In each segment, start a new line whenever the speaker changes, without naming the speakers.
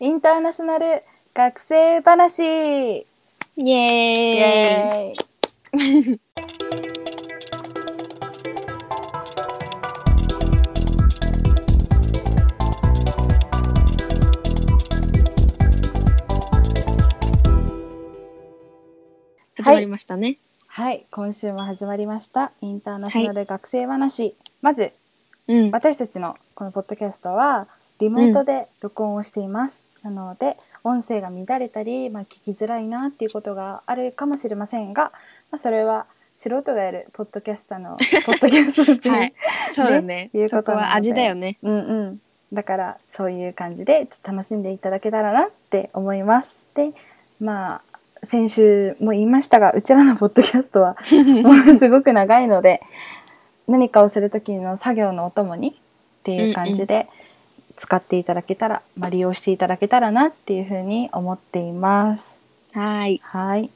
インターナショナル学生話イエ
イエーイ
ーイ
始まりましたね。
はい今週も始まりましたインターナショナル学生話、まず
うん。
私たちのこのポッドキャストはリモートで録音をしています、なので音声が乱れたり、まあ、聞きづらいなっていうことがあるかもしれませんが、まあ、それは素人がやるポッドキャスター のポッドキャストっていう、
はい。そうだね。
いうことなので
そこは味だ よね。
うんうんだからそういう感じでちょっと楽しんでいただけたらなって思いますでまあ先週も言いましたがうちらのポッドキャストはものすごく長いので 何かをする時の作業のお供にっていう感じで使っていただけたら、まあ、利用していただけたらなっていうふうに思っています。
はい。
はい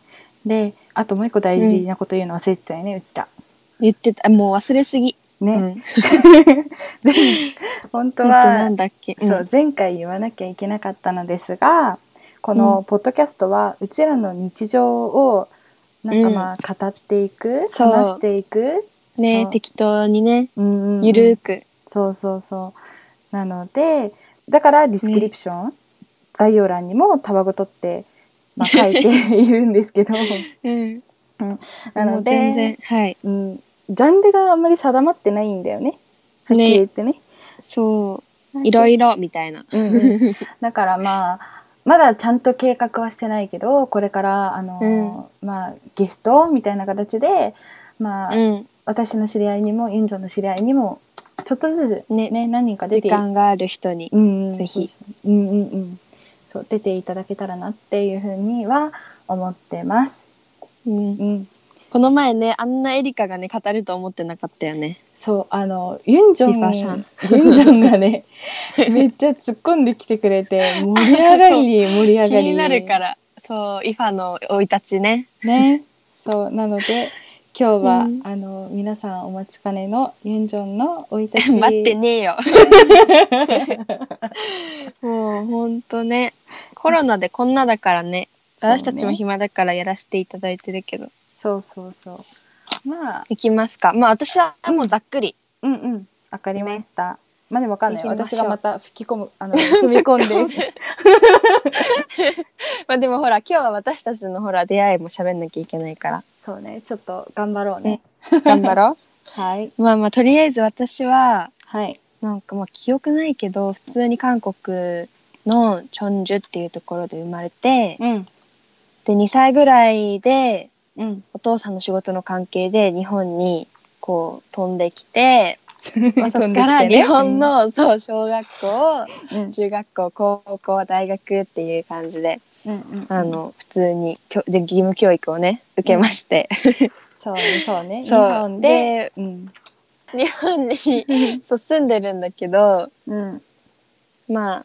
であともう一個大事なこと言うの忘れてたよね、うちら。
言ってた、もう忘れすぎ。
ね、
うん。本
全部本当
当
は
なんだっけ。うん
そう前回言わなきゃいけなかったのですがこのポッドキャストはうちらの日常をなんかまあ語っていく、
そう
話していく、
ね
そう
適当にね、
うんうんうん
ゆるーく。
そうそうそうなのでだからディスクリプション、概要欄にもたわごとって、まあ、書いているんですけ ど
うん。
な
も
の
う
で
全然、はい。
うん、ジャンルがあんまり定まってないんだよねはっきり言ってね。
そう。いろいろ、みたいな。
うんうんだからまあまだちゃんと計画はしてないけどこれからあの、まあ、ゲストみたいな形で、まあ
うん。
私の知り合いにもユンジョの知り合いにもちょっとずつ、ね
ね
何人か出
時
て
間がある人に。
うんうん
ぜひ
そううんうんうん、そう出ていただけたらなっていうふうには思ってます。
うん。
うん、
この前ね、あんなエリカがね、語ると思ってなかったよね。
そうあのユンジョ
リファさ
ン
ん
ユンジョンが ねめっちゃ突っ込んできてくれて盛り上がりに盛り上
気
がり
になるから。そう、イファの生い立ちね。
ね、そうなので今日は、
うん
あの皆さんお待ちかねのユンジョンの生い立ち
待ってね えよ。もうほんとね、コロナでこんなだからね、
そうね
私たちも暇だからやらせていただいてるけど、
そうそうそうまあ
いきますか。まあ私はもうざっくり。
うんうんわかりました、まあでもわかんない
行きましょ
私
う
がまた吹き込 むあの踏み込んで
まあでもほら、今日は私たちのほら、出会いも喋んなきゃいけないから、
そうねちょっと頑張ろうね、
頑張ろ
はい、
う。まあまあとりあえず私は、
はい、
なんかまあ記憶ないけど、普通に韓国のチョンジュっていうところで生まれて、
うん
で、2歳ぐらいで、
うん
お父さんの仕事の関係で日本にこう飛んでき て、まあ、
飛
そこ
んで
か
き
ら
てね
日本の、そう小学校
うん
中学校高校大学っていう感じで
うんうん
あの普通にきょで義務教育をね受けまして、
そうねそうね日
そう
本でうん
日 本にそう住んでるんだけど
うん
まあ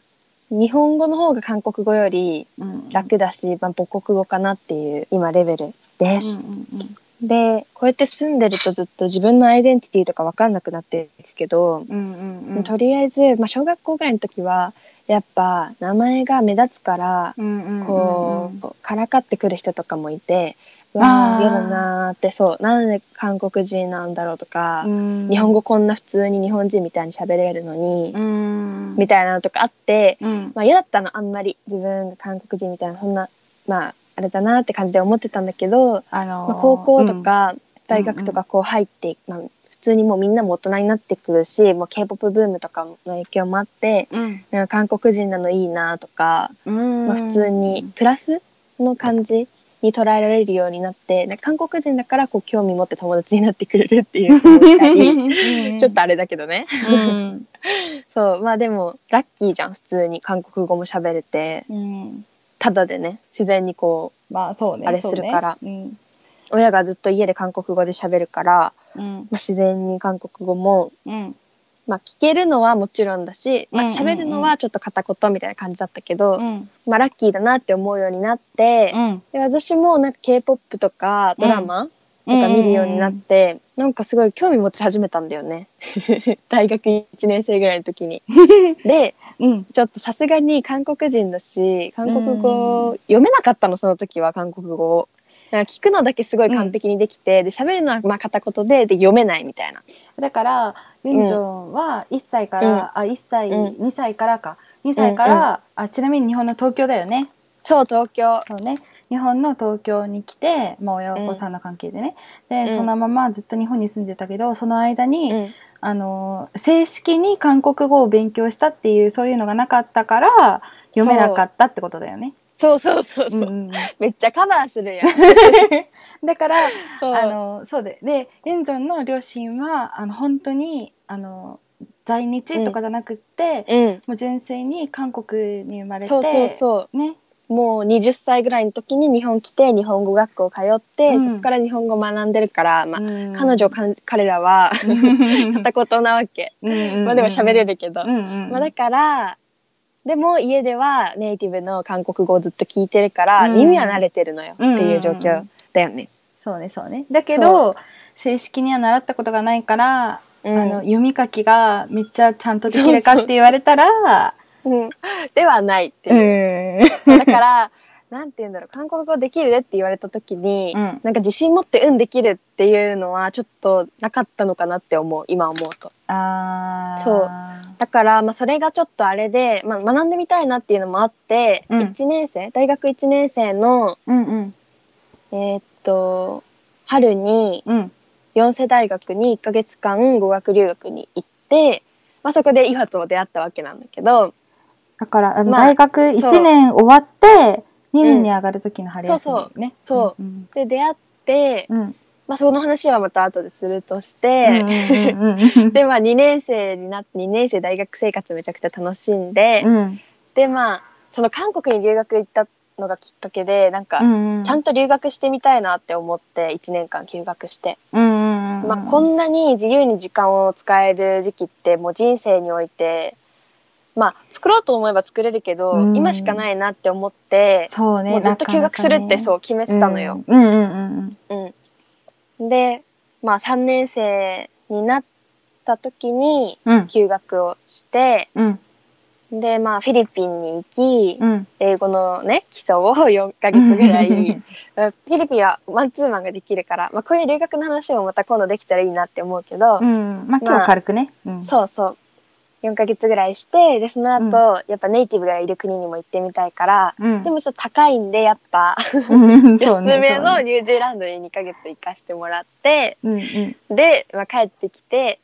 日本語の方が韓国語より
うん
楽だし、まあ、母国語かなっていう今レベル
うん
で
う
す。
ん
でこうやって住んでるとずっと自分のアイデンティティとか分かんなくなっていくけど、
うんうんうん
とりあえず、まあ、小学校ぐらいの時はやっぱ名前が目立つから
うんうんうん
こう、からかってくる人とかもいてう
あ
わ
ー
あ嫌だなーってそうなんで韓国人なんだろうとか、
うん
日本語こんな普通に日本人みたいに喋れるのに、
うん
みたいなのとかあって、
うん
まあ、嫌だったのあんまり自分が韓国人みたいなそんなまああれだなーって感じで思ってたんだけど、
あのー
まあ、高校と、か大学とかこう入って、まあ、普通にもうみんなも大人になってくるしもう k p o p ブームとかの影響もあって
うん
なんか韓国人なのいいなとか、
うん
まあ、普通にプラスの感じに捉えられるようになってなんか韓国人だからこう興味持って友達になってくれるっていう子もいた りちょっとあれだけどね
うん
そうまあでもラッキーじゃん普通に韓国語も喋れて
うん
ただでね自然にこう
まあそうね
あれするから
そうね
親がずっと家で韓国語で喋るから
うん
まあ自然に韓国語も
うん
まあ、聞けるのはもちろんだし、まあ、
うんうんうん
喋るのはちょっと片言みたいな感じだったけど、
うん
まあ、ラッキーだなって思うようになって、で私もなんか k p o p とかドラマとか見るようになって、なんかすごい興味持ち始めたんだよね 大学1年生ぐらい の時に。で
うん。
ちょっとさすがに韓国人だし韓国語、読めなかったのその時は韓国語を。だから聞くのだけすごい完璧にできて、で喋るのはまあ片言でで読めないみたいな。
だから、ユンジョンは1歳から、あ、1歳、
う
2歳からか。2歳から、あ、ちなみに日本の東京だよね。
そう東京
そうね。日本の東京に来て、まあ親御さんの関係でね。で、
うん
そのままずっと日本に住んでたけど、その間に、
うん
あの、正式に韓国語を勉強したっていう、そういうのがなかったから、読めなかったってことだよね。
そうそうそう
う
そう、
ん うん
めっちゃカバー するやん
うん、だから、
そう
あの、そうで、で、ユンジョンの両親は、あの、本当に、あの、在日とかじゃなくって、
うん
もう純粋に韓国に生まれて、。
そうそうそう
ね。
うもう20歳ぐらいの時に日本来て日本語学校通って、
うん
そこから日本語学んでるから、まあ
うん
彼女、かん彼らは 片言なわけ、まあでも喋れ
る。
るけど、
うんうんうん
まあ、だからでも家ではネイティブの韓国語をずっと聞いてるから、
うん
耳は慣れてるのよっていう状況だよね。
そうね、そうね。だけど、正式には習ったことがないから、
うん
あの、読み書きがめっちゃちゃんとできるかって言われたら、
うんではないっていう
うん。
だから なんて言うんだろう韓国語できるねって言われた時に、
うん
なんか自信持って「うんできる」っていうのはちょっとなかったのかなって思う今思うと
あー
そうだから、まあ、それがちょっとあれで、まあ、学んでみたいなっていうのもあって、
うん
1年生大学1年生の
うんうん。
えーっと春に
うん。
四世大学に1ヶ月間語学留学に行って、まあ、そこでイファと出会ったわけなんだけど
だから、あの、
まあ
大学
そう
1年終わって、2年に上がる時の春休みね。。
そうそ
う
う
ん。
で出会って、
うん。
まあ、その話はまた後でするとし
う
て。
んうんうん
でまあ2年生になって2年生大学生活めちゃくちゃ楽しんで、
うん。
でまあその韓国に留学行ったのがきっかけでなんか、
うんうん。
ちゃんと留学してみたいなって思って1年間休学して、
うんうん。
まあ、こんなに自由に時間を使える時期ってもう人生においてまあ作ろうと思えば作れるけど、
うん
今しかないなって思って、
そうね。
もうずっと休学するって
う
そう決めてたのよ。。
うんうんうん
うん、でまあ3年生になった時に
うん。うん。
休学をして
うん。
でまあフィリピンに行き、
うん。
英語のね基礎を4ヶ月ぐらいフィリピンはマンツーマンができるから、まあ、こういう留学の話もまた今度できたらいいなって思うけど、
うん。まあ今日は軽くね。うん。
そうそう4ヶ月ぐらいしてでその後、やっぱネイティブがいる国にも行ってみたいから、
うん。
でもちょっと高いんでやっぱ、
うん、そ
安
うね。
め
そ
の
うね
ニュージーランドに2ヶ月行かしてもらって
うんうん
で、まあ、帰ってきて、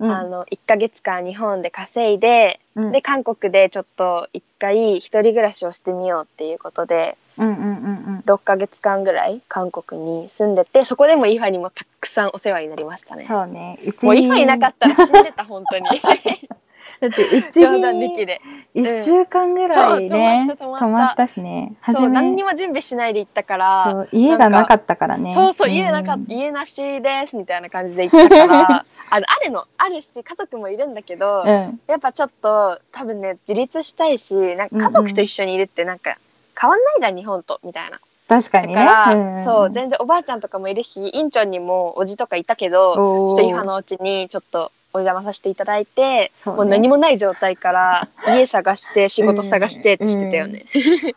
うん。
あの1ヶ月間日本で稼いで
うん
で韓国でちょっと一回一人暮らしをしてみようっていうことで
うんうんうん
6ヶ月間ぐらい韓国に住んでてそこでもイファにもたくさんお世話になりました
うん。
ね。
そうね。うち
もうイファいなかったら死んでた本 当に
だってうち
冗談抜き
に
で
一週間ぐらいね、
そう泊まった泊まった
泊まったしね。初
そう
め
何にも準備しないで行ったから
そう家がなかったからね。
そうそう家なか、
うん
家なしですみたいな感じで行ったから あのあるのあるし家族もいるんだけど、
うん。
やっぱちょっと多分ね自立したいしなんか家族と一緒にいるってなんか変わんないじゃん日本とみたいな。
確か
だ
にね。
から、
ん
そう全然おばあちゃんとかもいるしインチョンにもおじとかいたけどち
お
ょ
ー
っと今のうちにちょっとお邪魔させていただいて
そうね
もう何もない状態から 家探して仕事探してってしてたよね。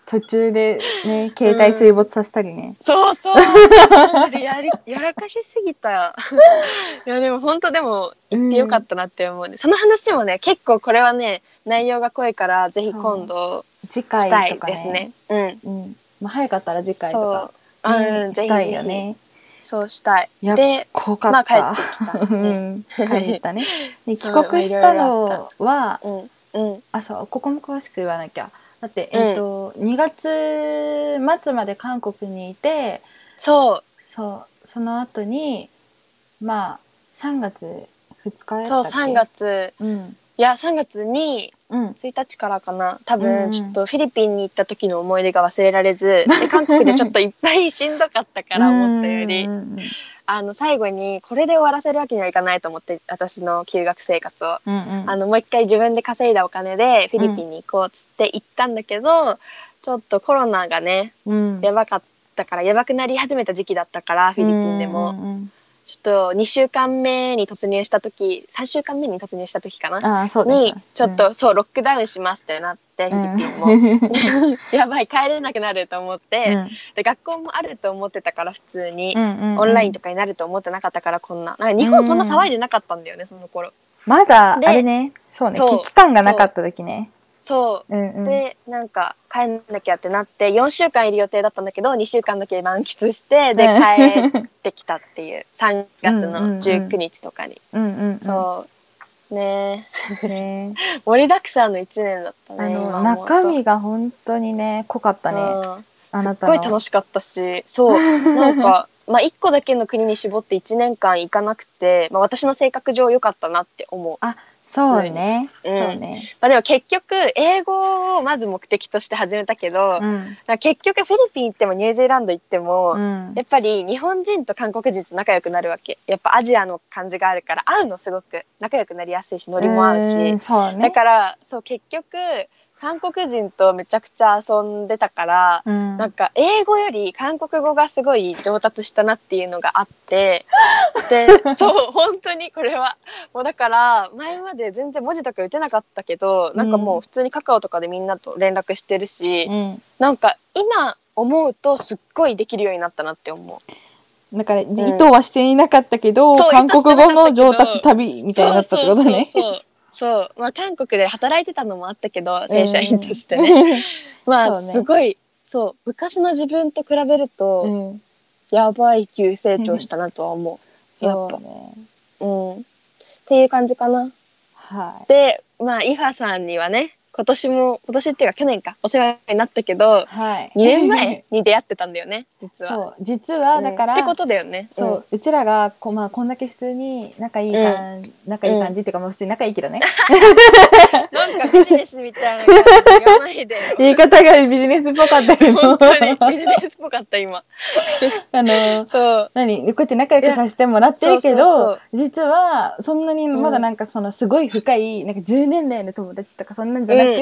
途中でね、携帯水没させたりね。
そうそう。マジでやり やらかしすぎた。 いやでも本当でも行ってよかったなって思うね、その話もね結構これはね内容が濃いからぜひ今度
次
し
回
たい
とか
ですね。うん。
うん。まあ早かったら次回とか。
そう。うん、
うん
ぜ
し
ひ
たいよね。
そうしたい。
いや
で、
怖か
ま
っ
あ帰
た。
ってき た。
う
うん
ん帰ったね。で 帰国したのは、
うんうん
あ、そう、ここも詳しく言わなきゃ。だって、
うん
えっ、と、2月末まで韓国にいて、
そ
そう、その後に、まあ、3月2日や
う
った
そう
っけ
3。月
うん。
いや3月に
うん。
1日からかな多
うん
分ちょっとフィリピンに行った時の思い出が忘れられ ず、で韓国でちょっといっぱいしんどかったから思ったより、
うんうん
あの最後にこれで終わらせるわけにはいかないと思って私の休学生活を。
うん。うんうん
あのもう一回自分で稼いだお金でフィリピンに行こうっつって行ったんだけど、ちょっとコロナがね
うん
やばかっったからやばくなり始めた時期だったからフィリピンでも、
うんうん
ちょっと2週間目に突入した時3週間目に突入した時か
うん
な
ああそうだね
にちょっと、そうロックダウンしますってなってフ
うん
ィリピン
う
も
ん
やばい帰れなくなると思って
う
で学校もあると思ってたから普通に
んうんうん
オンラインとかになると思ってなかったからこんななんか日本そんな騒いでなかったんだよねその頃
まだあ
で
れねそうね
そう
危機感がなかった時ね
そう
うんうん
でなんか帰んなきゃってなって4週間いる予定だったんだけど2週間だけ満喫してで帰ってきたっていう 3月の19日とかに、
うんうんうん
そうね
ね
え盛りだくさんの1年だった
あ
ね今
の
思うと
中身が本当にね濃かったね
うん
あ
す
な
ったごい
の
楽しかったしそうな んか、まあ、1個だけの国に絞って1年間行かなくて、まあ、私の性格上良かったなって思う、
そうね
普通
そ
に
う
うん
ね
まあ、でも結局英語をまず目的として始めたけど、
うん
なんか結局フィリピン行ってもニュージーランド行っても、
うん
やっぱり日本人と韓国人と仲良くなるわけやっぱアジアの感じがあるから会うのすごく仲良くなりやすいしノリも合うし、
んそうね
だからそう結局韓国人とめちゃくちゃ遊んでたから、
うん
なんか英語より韓国語がすごい上達したなっていうのが あってでそう本当にこれはもうだから前まで全然文字とか打てなかったけどなんかもう普通にカカオとかでみんなと連絡してるし、
うん
なんか今思うとすっごいできるようになったなって思う。
だから意図はしていなかったけど
そう
韓国語の上達旅みたいになったってことね
そうそうそうそうそうまあ韓国で働いてたのもあったけど正社員としてね、
ね
まあ
そうね
すごいそう昔の自分と比べると、
うん
やばい急成長したなとは思
そうね
う、うん、っていう感じかな
は
でまあイファさんにはね今年も今年っていうか去年かお世話になったけど
い はい
2年前に出会ってたんだよね実 は。
そう実はだか
う
ら
んってことだよね。
そう、うちらがこ,、まあ、こんだけ普通に仲いい感じ、仲いい感じっていうか、まあ、普通に仲いいけどね
うんなんかビジネスみたいな感じ言わないでよ
言い方がビジネスっぽかったけど
本当にビジネスっぽかった今。
あの
そう。
何こうやって仲良くさせてもらってるけど
いやそうそう
実はそんなにまだなんかそのすごい深い、なんか10年来の友達とかそんなんじゃなく、
うんうん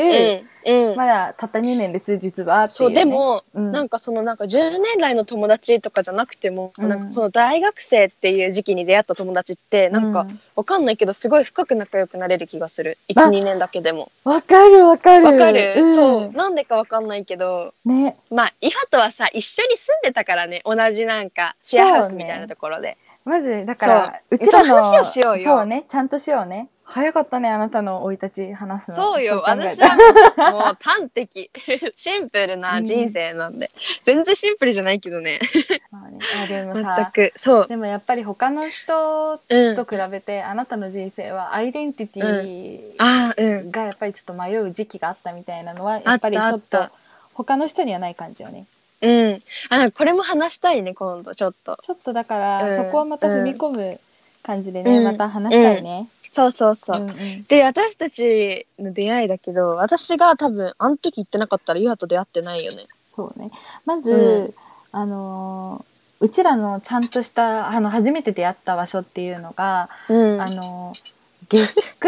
うん
まだたった2年です実はってい、
そうう
ね、
でも、
うん
なんかそのなんか10年来の友達とかじゃなくても、
うん
なんかこの大学生っていう時期に出会った友達ってなんか、
う
わかんないけどすごい深く仲良くなれる気がする
あ
12年だけでも
わかるわかる
わかる、
うん、
そうなんでかわかんないけど
ね
まあイファとはさ一緒に住んでたからね同じなんかシェアハウスみたいなところで
まずだから
そう
うちらの
そう話をしようよ
そうねちゃんとしようね早かったねあなたの生い立ち話すの
そう,、よ
考えたら
私はもうもう端的 シンプルな人生なんで、全然シンプルじゃないけどね
まあね、あでも
全
さ
くそう
でもやっぱり他の人
うん
と比べてあなたの人生はアイデンティティ
ああうん
がやっぱりちょっと迷う時期があったみたいなのはやっぱりち
あ
ょ
っ
った
あ
と
っ
他の人にはない感じよね
うんあなんかこれも話したいね今度ちょっと
ちょっとだから、
うん
そこはまた踏み込む感じでね、
うん
また話したいね、
そうそうそうう、
んうん
で私たちの出会いだけど私が多分あの時行ってなかったらユハと出会ってないよね
そうねまず、
う
あのーうちらのちゃんとしたあの初めて出会った場所っていうのが、
うん
あのー下 宿、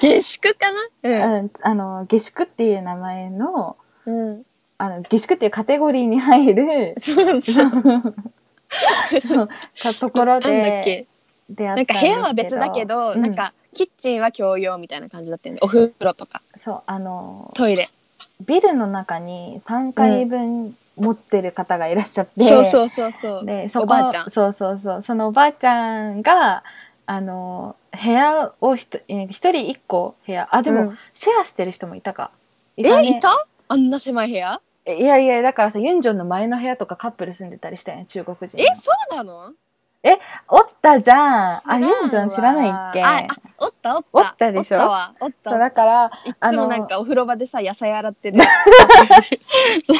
下宿かな
うんあのー下宿っていう名前の
うん、うん、
あの下宿っていうカテゴリーに入る
そうそう
そうかところ
なんだっ
で
け
出
な
会
ん
っ
か
た
部屋は別だけど、
うん
なんかキッチンは共用みたいな感じだったよねお風呂とか
そうあの
トイレ
ビルの中に3回分持ってる方がいらっしゃって、
そうそうそうそう
でそこ
おばあちゃん
そうそうそうそのおばあちゃんがあの部屋をひとえ一人一個部屋あでも、
うん
シェアしてる人もいたかい
え
ね
いたあんな狭い部屋
えいやいやだからさユンジョンの前の部屋とかカップル住んでたりしたよね中国人
え
の
そうなの
おったじゃん
知ら
あ
んわ
ユンジョン知らないっけ
ああおったおった
おったでしょ
おったわおった
そうだから
いっ
あ
つも
の
なんかお風呂場でさ野菜洗ってる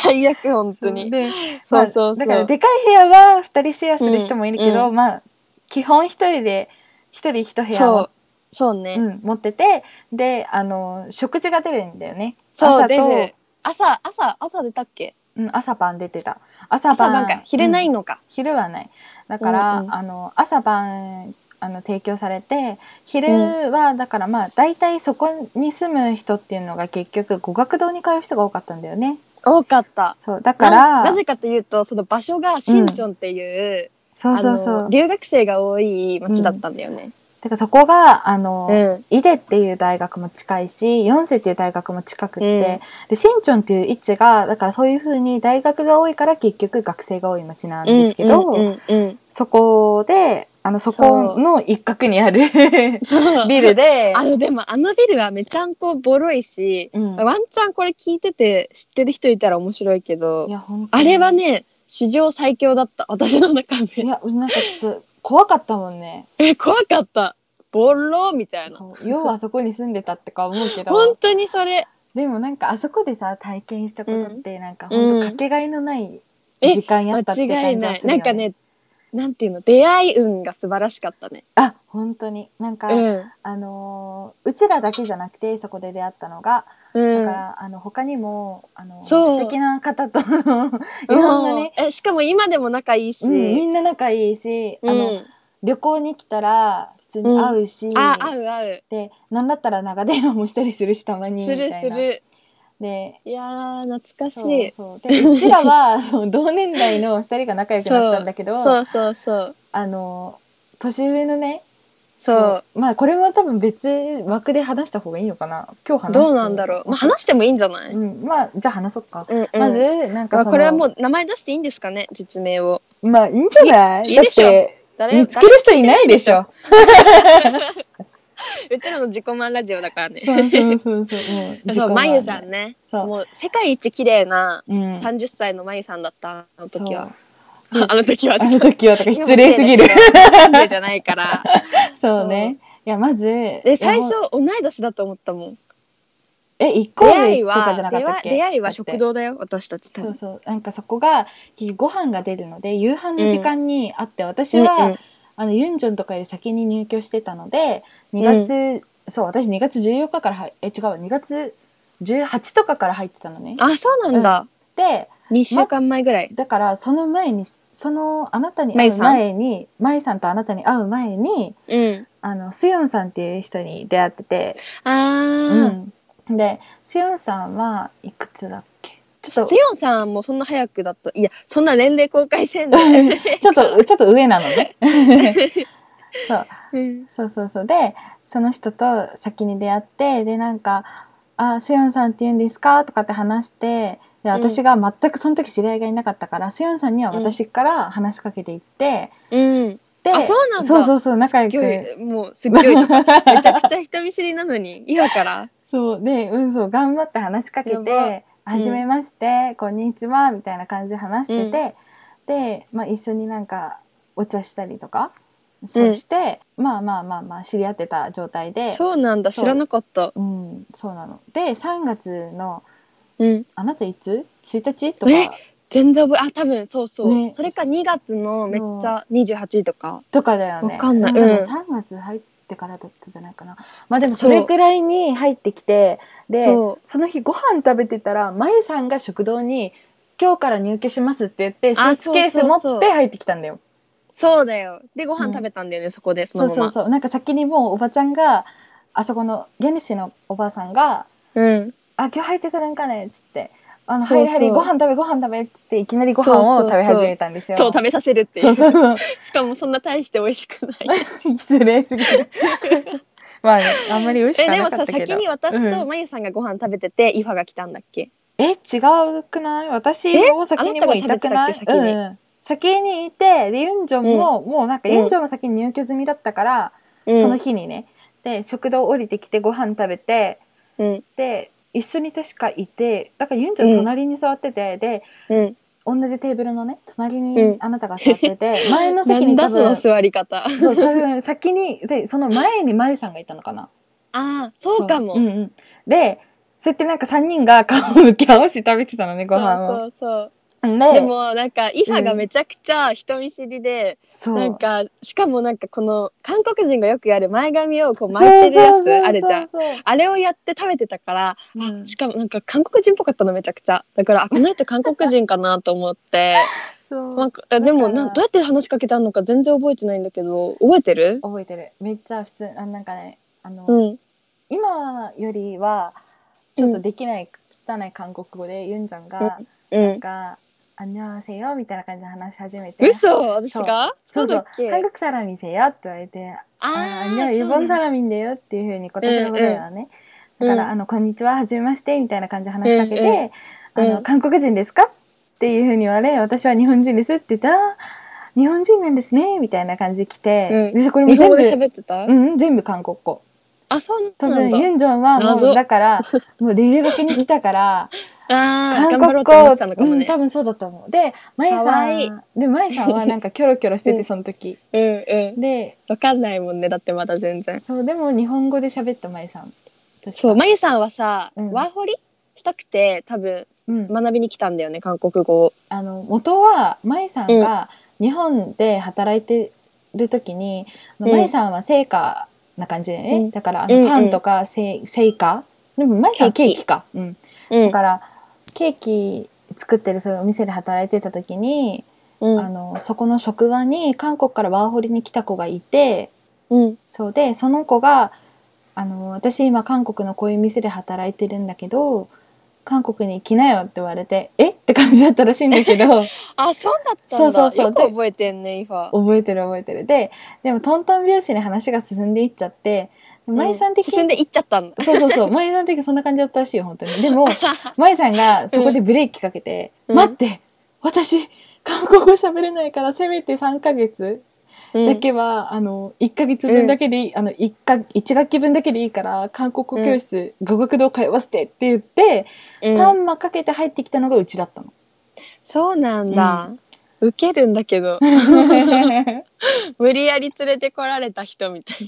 最悪本当に
で
そうそうそう、
まあだからでかい部屋は2人シェアする人もいるけど、
う
まあ基本1人で1人1部屋
そう
を、
そうね、
うん、持っててであの食事が出るんだよね
そう
朝
出
と
る、朝朝朝出たっけ
うん、朝晩出てた朝
朝
晩
なんか昼ない
うん
のか、
昼はないだから、
うんうん
あの朝晩あの提供されて昼はだからまあ大体そこに住む人っていうのが結局語学堂に通う人が多かったんだよね。
多かった。
そうだから
ななぜかというと、その場所がシンチョンっていう、
そうそう
あ
そう
の留学生が多い町だったんだよね。
だからそこがあの、
うん。
イデっていう大学も近いしヨンセっていう大学も近くって、でシンチョンっていう位置がだからそういうふうに大学が多いから結局学生が多い町なんですけど、
うんうんうんうん
そこであのそこの一角にある
そう
ビルで、
あのでもあのビルはめちゃんこボロいし、
うん、
ワンチャンこれ聞いてて知ってる人いたら面白いけど
いや本当
あ
に
れはね史上最強だった私の中
い
で
やなんかちょっと怖かったもんね
え怖かったボロみたいな
そうようあそこに住んでたってか思うけ
本
ど
当にそれ
でもなんかあそこでさ体験したことってなんか
うん
本当かけがえのない
え
時間やったって
間違
感じ
いな
が
い
するよ、ね、
なんかねなんていうの出会い運が素晴らしかったね
あ本当になんか、
うん
あのーうちらだけじゃなくてそこで出会ったのが、
う
だか
ん
らあの他にもあの
そう
素敵な方といろんな ね、
うんえしかも今でも仲いいし、
うんみんな仲いいし、
うん
あの旅行に来たら普通に会うし、
あ合う合う
でなんだったら長電話もしたりするしたまに
す
みたい
る
な。
する
で
いやー懐かし
そう
い
そうでうちらは そう同年代の2人が仲良くなったんだけど
そうそうそう
あの年上のね
そう
まあこれも多分別枠で話した方がいいのかな今日話す
どうなんだろう。まあ、話してもいいんじゃない、
うん、まあじゃあ話そっか、
うんうん
まずなんか
まあ、
その
これはもう名前出していいんですかね実名を。
まあいいんじゃない
いいでしょ
だって
誰
見つける人いないでしょ
誰うちらの自己満ラジオだからね。
そうそうそうそうもう自己
そう、
満
まゆさんね。
そう、
もう世界一綺麗な
うん、
30歳のまゆさんだった、あの時は。
そう
あの時は。
あの時はとか失礼すぎる
今も綺麗だけど30じゃないから。
そうねいやまず
で、最
い
初
や
同い年だと思ったもん。
え一
出
個
会い
上と
は
かじゃなか
出
ったっ
会い
け
出会い
だ
は
って
食堂だよ、私たち多
そ
分
う。そうなんかそこがご飯が出るので夕飯の時間にあって、私は、
うんうん
あのユンジョンとかより先に入居してたので2月、そう私2月14日から入え違うわ2月18とかから入ってたのね。
あ、そうなんだ。
で
2週間前ぐらい。
だからその前にそのあなたに
マ
会
イ
う
さん
前にマイさんとあなたに会う前に
うん。
あのスヨンさんっていう人に出会ってて、
あ
うん、でスヨンさんはいくつだっけちょ
あ。
っと
つよんさんもそんな早くだった。いや、そんな年齢公開せんで。
ちょっと、ちょっと上なのね。そう、
うん
そうそうそう。で、その人と先に出会って、で、なんか、あ、セヨンさんって言うんですかとかって話して、で、
うん
私が全くその時知り合いがいなかったから、セヨンさんには私から話しかけていって、
うん。
で、
あそうなんだ
そうそうそう、仲良
すっ
く。
ごい、もうすっごいとか、めちゃくちゃ人見知りなの に、今から。
そう、で、うん、そう、頑張って話しかけ
やば
て、はじめまして、こんにちは、みたいな感じで話してて、で、まあ一緒になんかお茶したりとか、そうして、まあまあまあまあ知り合ってた状態で、
そうなんだ、
そう
知らなかった。
うん、そうなの。で、3月の、
うん。
あなたいつ ?1 日とか、
え全然覚え、あ、多分、そうそう。
ね
それか2月のめっちゃ28位とか。
とかだよね。
わかんない
多分
うん
3月入ってからだったじゃないかな。まあでもそれくらいに入ってきて、で、
そ
その日ご飯食べてたら、まゆさんが食堂に、今日から入居しますって言って、ス
あ
ーツケース持
そうそうそ
っ
う
て入ってきたんだよ。
そうだよ。で、ご
う
飯
ん
食べたんだよね、そこで、そ
そ
の
う
ま
そう
ま。
そう。なんか先にもうおばちゃんが、あそこの家主のおばあさんが、
うん。
あ、今日入ってくるんかねっつって、あの、
そうそう
はいはい、ご飯食べご飯食べって言って、いきなりご飯を食べ始めたんですよ。
そう、食べさせるってい
そう
う。
そう そう。
しかもそんな大して美味しくない。
失礼すぎる。まあ、ね、あんまり美味し
え、
く
で
な
も
か
さ、
ったけど。
先に私
う
と
ん
まゆさんがご飯食べてて、イファが来たんだっけ
え、違うくない私も先にもういたくない
あなたが食べてたっけ先に
うん先にいて、で、ユンジョンも、もうなんか、ユンジョンも先に入居済みだったから、
うん
その日にね。で、食堂降りてきてご飯食べて、
うん。
で、一緒に確かいて、だからユンジョン隣に座ってて、で、
うん。
同じテーブルのね、隣
う
に
ん
あなたが座ってて、前の席
なん
に多
だ その
分、
座り方。
そう、多分先に、で、その前にマユさんがいたのかな。
ああ、そうかも。
んうん、でそうやってなんか3人が顔を向き合わせて食べてたのねご飯を。
そうそうそう。
で
でもなんかイファがめちゃくちゃ人見知りで、
そう
なんかしかもなんかこの韓国人がよくやる前髪をこう巻いてるやつあるじゃん。
そうそうそう
あれをやって食べてたから、
そううん
しかもなんか韓国人っぽかったのめちゃくちゃ。だから、あ、この人韓国人かなと 思って。
そう
なんかえで
だか
も
ら
なん、どうやって話しかけたのか全然覚えてないんだけど、覚えてる
覚えてるめっちゃ普通あなんかねあの、
うん。
今よりはちょっとできない汚い韓国語でユンジョンが、
うん。
が、あんにゃせよみたいな感じで話し始めて、
嘘私が
そうそう
だっけ
韓国サラミせよって言われて、あ
あ
あ、
ー
いや、
そう
日本
な
サ
んだ
ラミンだよっていうふうに今年のことだよね。
うん
だから、あの、こんにちは、はじめまして、みたいな感じで話しかけて、
うんうん
あ
う
の、
ん
韓国人ですかっていうふうに言われ、私は日本人ですって言ったら、あー日本人なんですね、みたいな感じで来て、
うん
で、これも
日
全
本
部
語、で喋ってた、
うん、全部韓国語。
あ、そう
多
な
分、
んだ。
ユンジョンはもう、
謎
だから、もう留学に来たから、
ああ、
韓
頑張ろ
国
うと思
語
ってたのかも
うん、
ね。
多分そうだと思う。で、まゆ
か
さ
わいい
ん、で、まゆさんはなんかキョロキョロして
う
て、
ん
その時。
うんうん。
で、
わかんないもんね、だってまだ全然。
そう、でも日本語で喋ったまゆさん。確か
そう、まゆさんはさ、
うん
ワーホリしたくて、多分
うん、
学びに来たんだよね、韓国語を。
あの元は舞さんが日本で働いてる時に、
うん
舞さんは成果な感じでね、
うん
だからあ
うんう
の
ん
パンとかせ成果でも舞さんはケ
ケ
ー
ーキ
キか、うん、
う
だ
ん。
からケーキ作ってるそういうお店で働いてた時に、
う
あ
ん。
のそこの職場に韓国からワーホリに来た子がいて
うん。
そうでその子があの私今韓国のこういう店で働いてるんだけど韓国に来なよって言われてえって感じだったらしいんだけど。
あ、そうだったんだ。
そうそうそう
よく覚えてんね、イファ。
覚えてる覚えてるででもトントン拍子に話が進んでいっちゃってまゆさん的
うん進ん
に、
でいっちゃったん だ。
そうそう そうまゆさん的にそんな感じだったらしいよ本当にでもまゆさんがそこでブレーキかけて「
うん
待って私韓国語喋れないからせめて3ヶ月
うん
だけは、あの1ヶ月分だけでいい、あの 1, か1学期分だけでいいから韓国語教室、語学堂通わせて」って言って、
うん
タンマかけて入ってきたのがうちだった の。
そうなんだ。受けるんだけど、 無理やり連れてこられた人みたい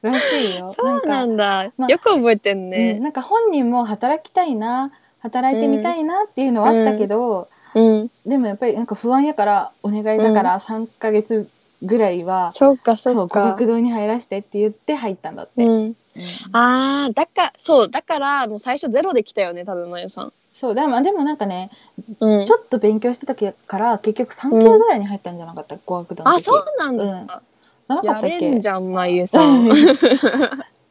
らしいよ
な。そう
か
なんだ。
まあ
よく覚えて
う
んね
ん、。なんか本人も働きたいな働いてみたいなっていうのはあったけど、
うん。
でもやっぱりなんか不安やからお願いだから3ヶ月ぐらいは、
そうか、
そ
そうう
語
か。
学堂に入らせてって言って入ったんだって、
うん。
うん
ああ、だか、そう、だから、もう最初ゼロで来たよね、多分、まゆさん。
そうでもでもなんかね
うん
ち。ょっと勉強してた時から結局3級ぐらいに入ったんじゃなかった、語学堂の時
あ、そうなん
うん
だ。
なか
や
ったっ
れ
け
んじゃん、まゆさ ん。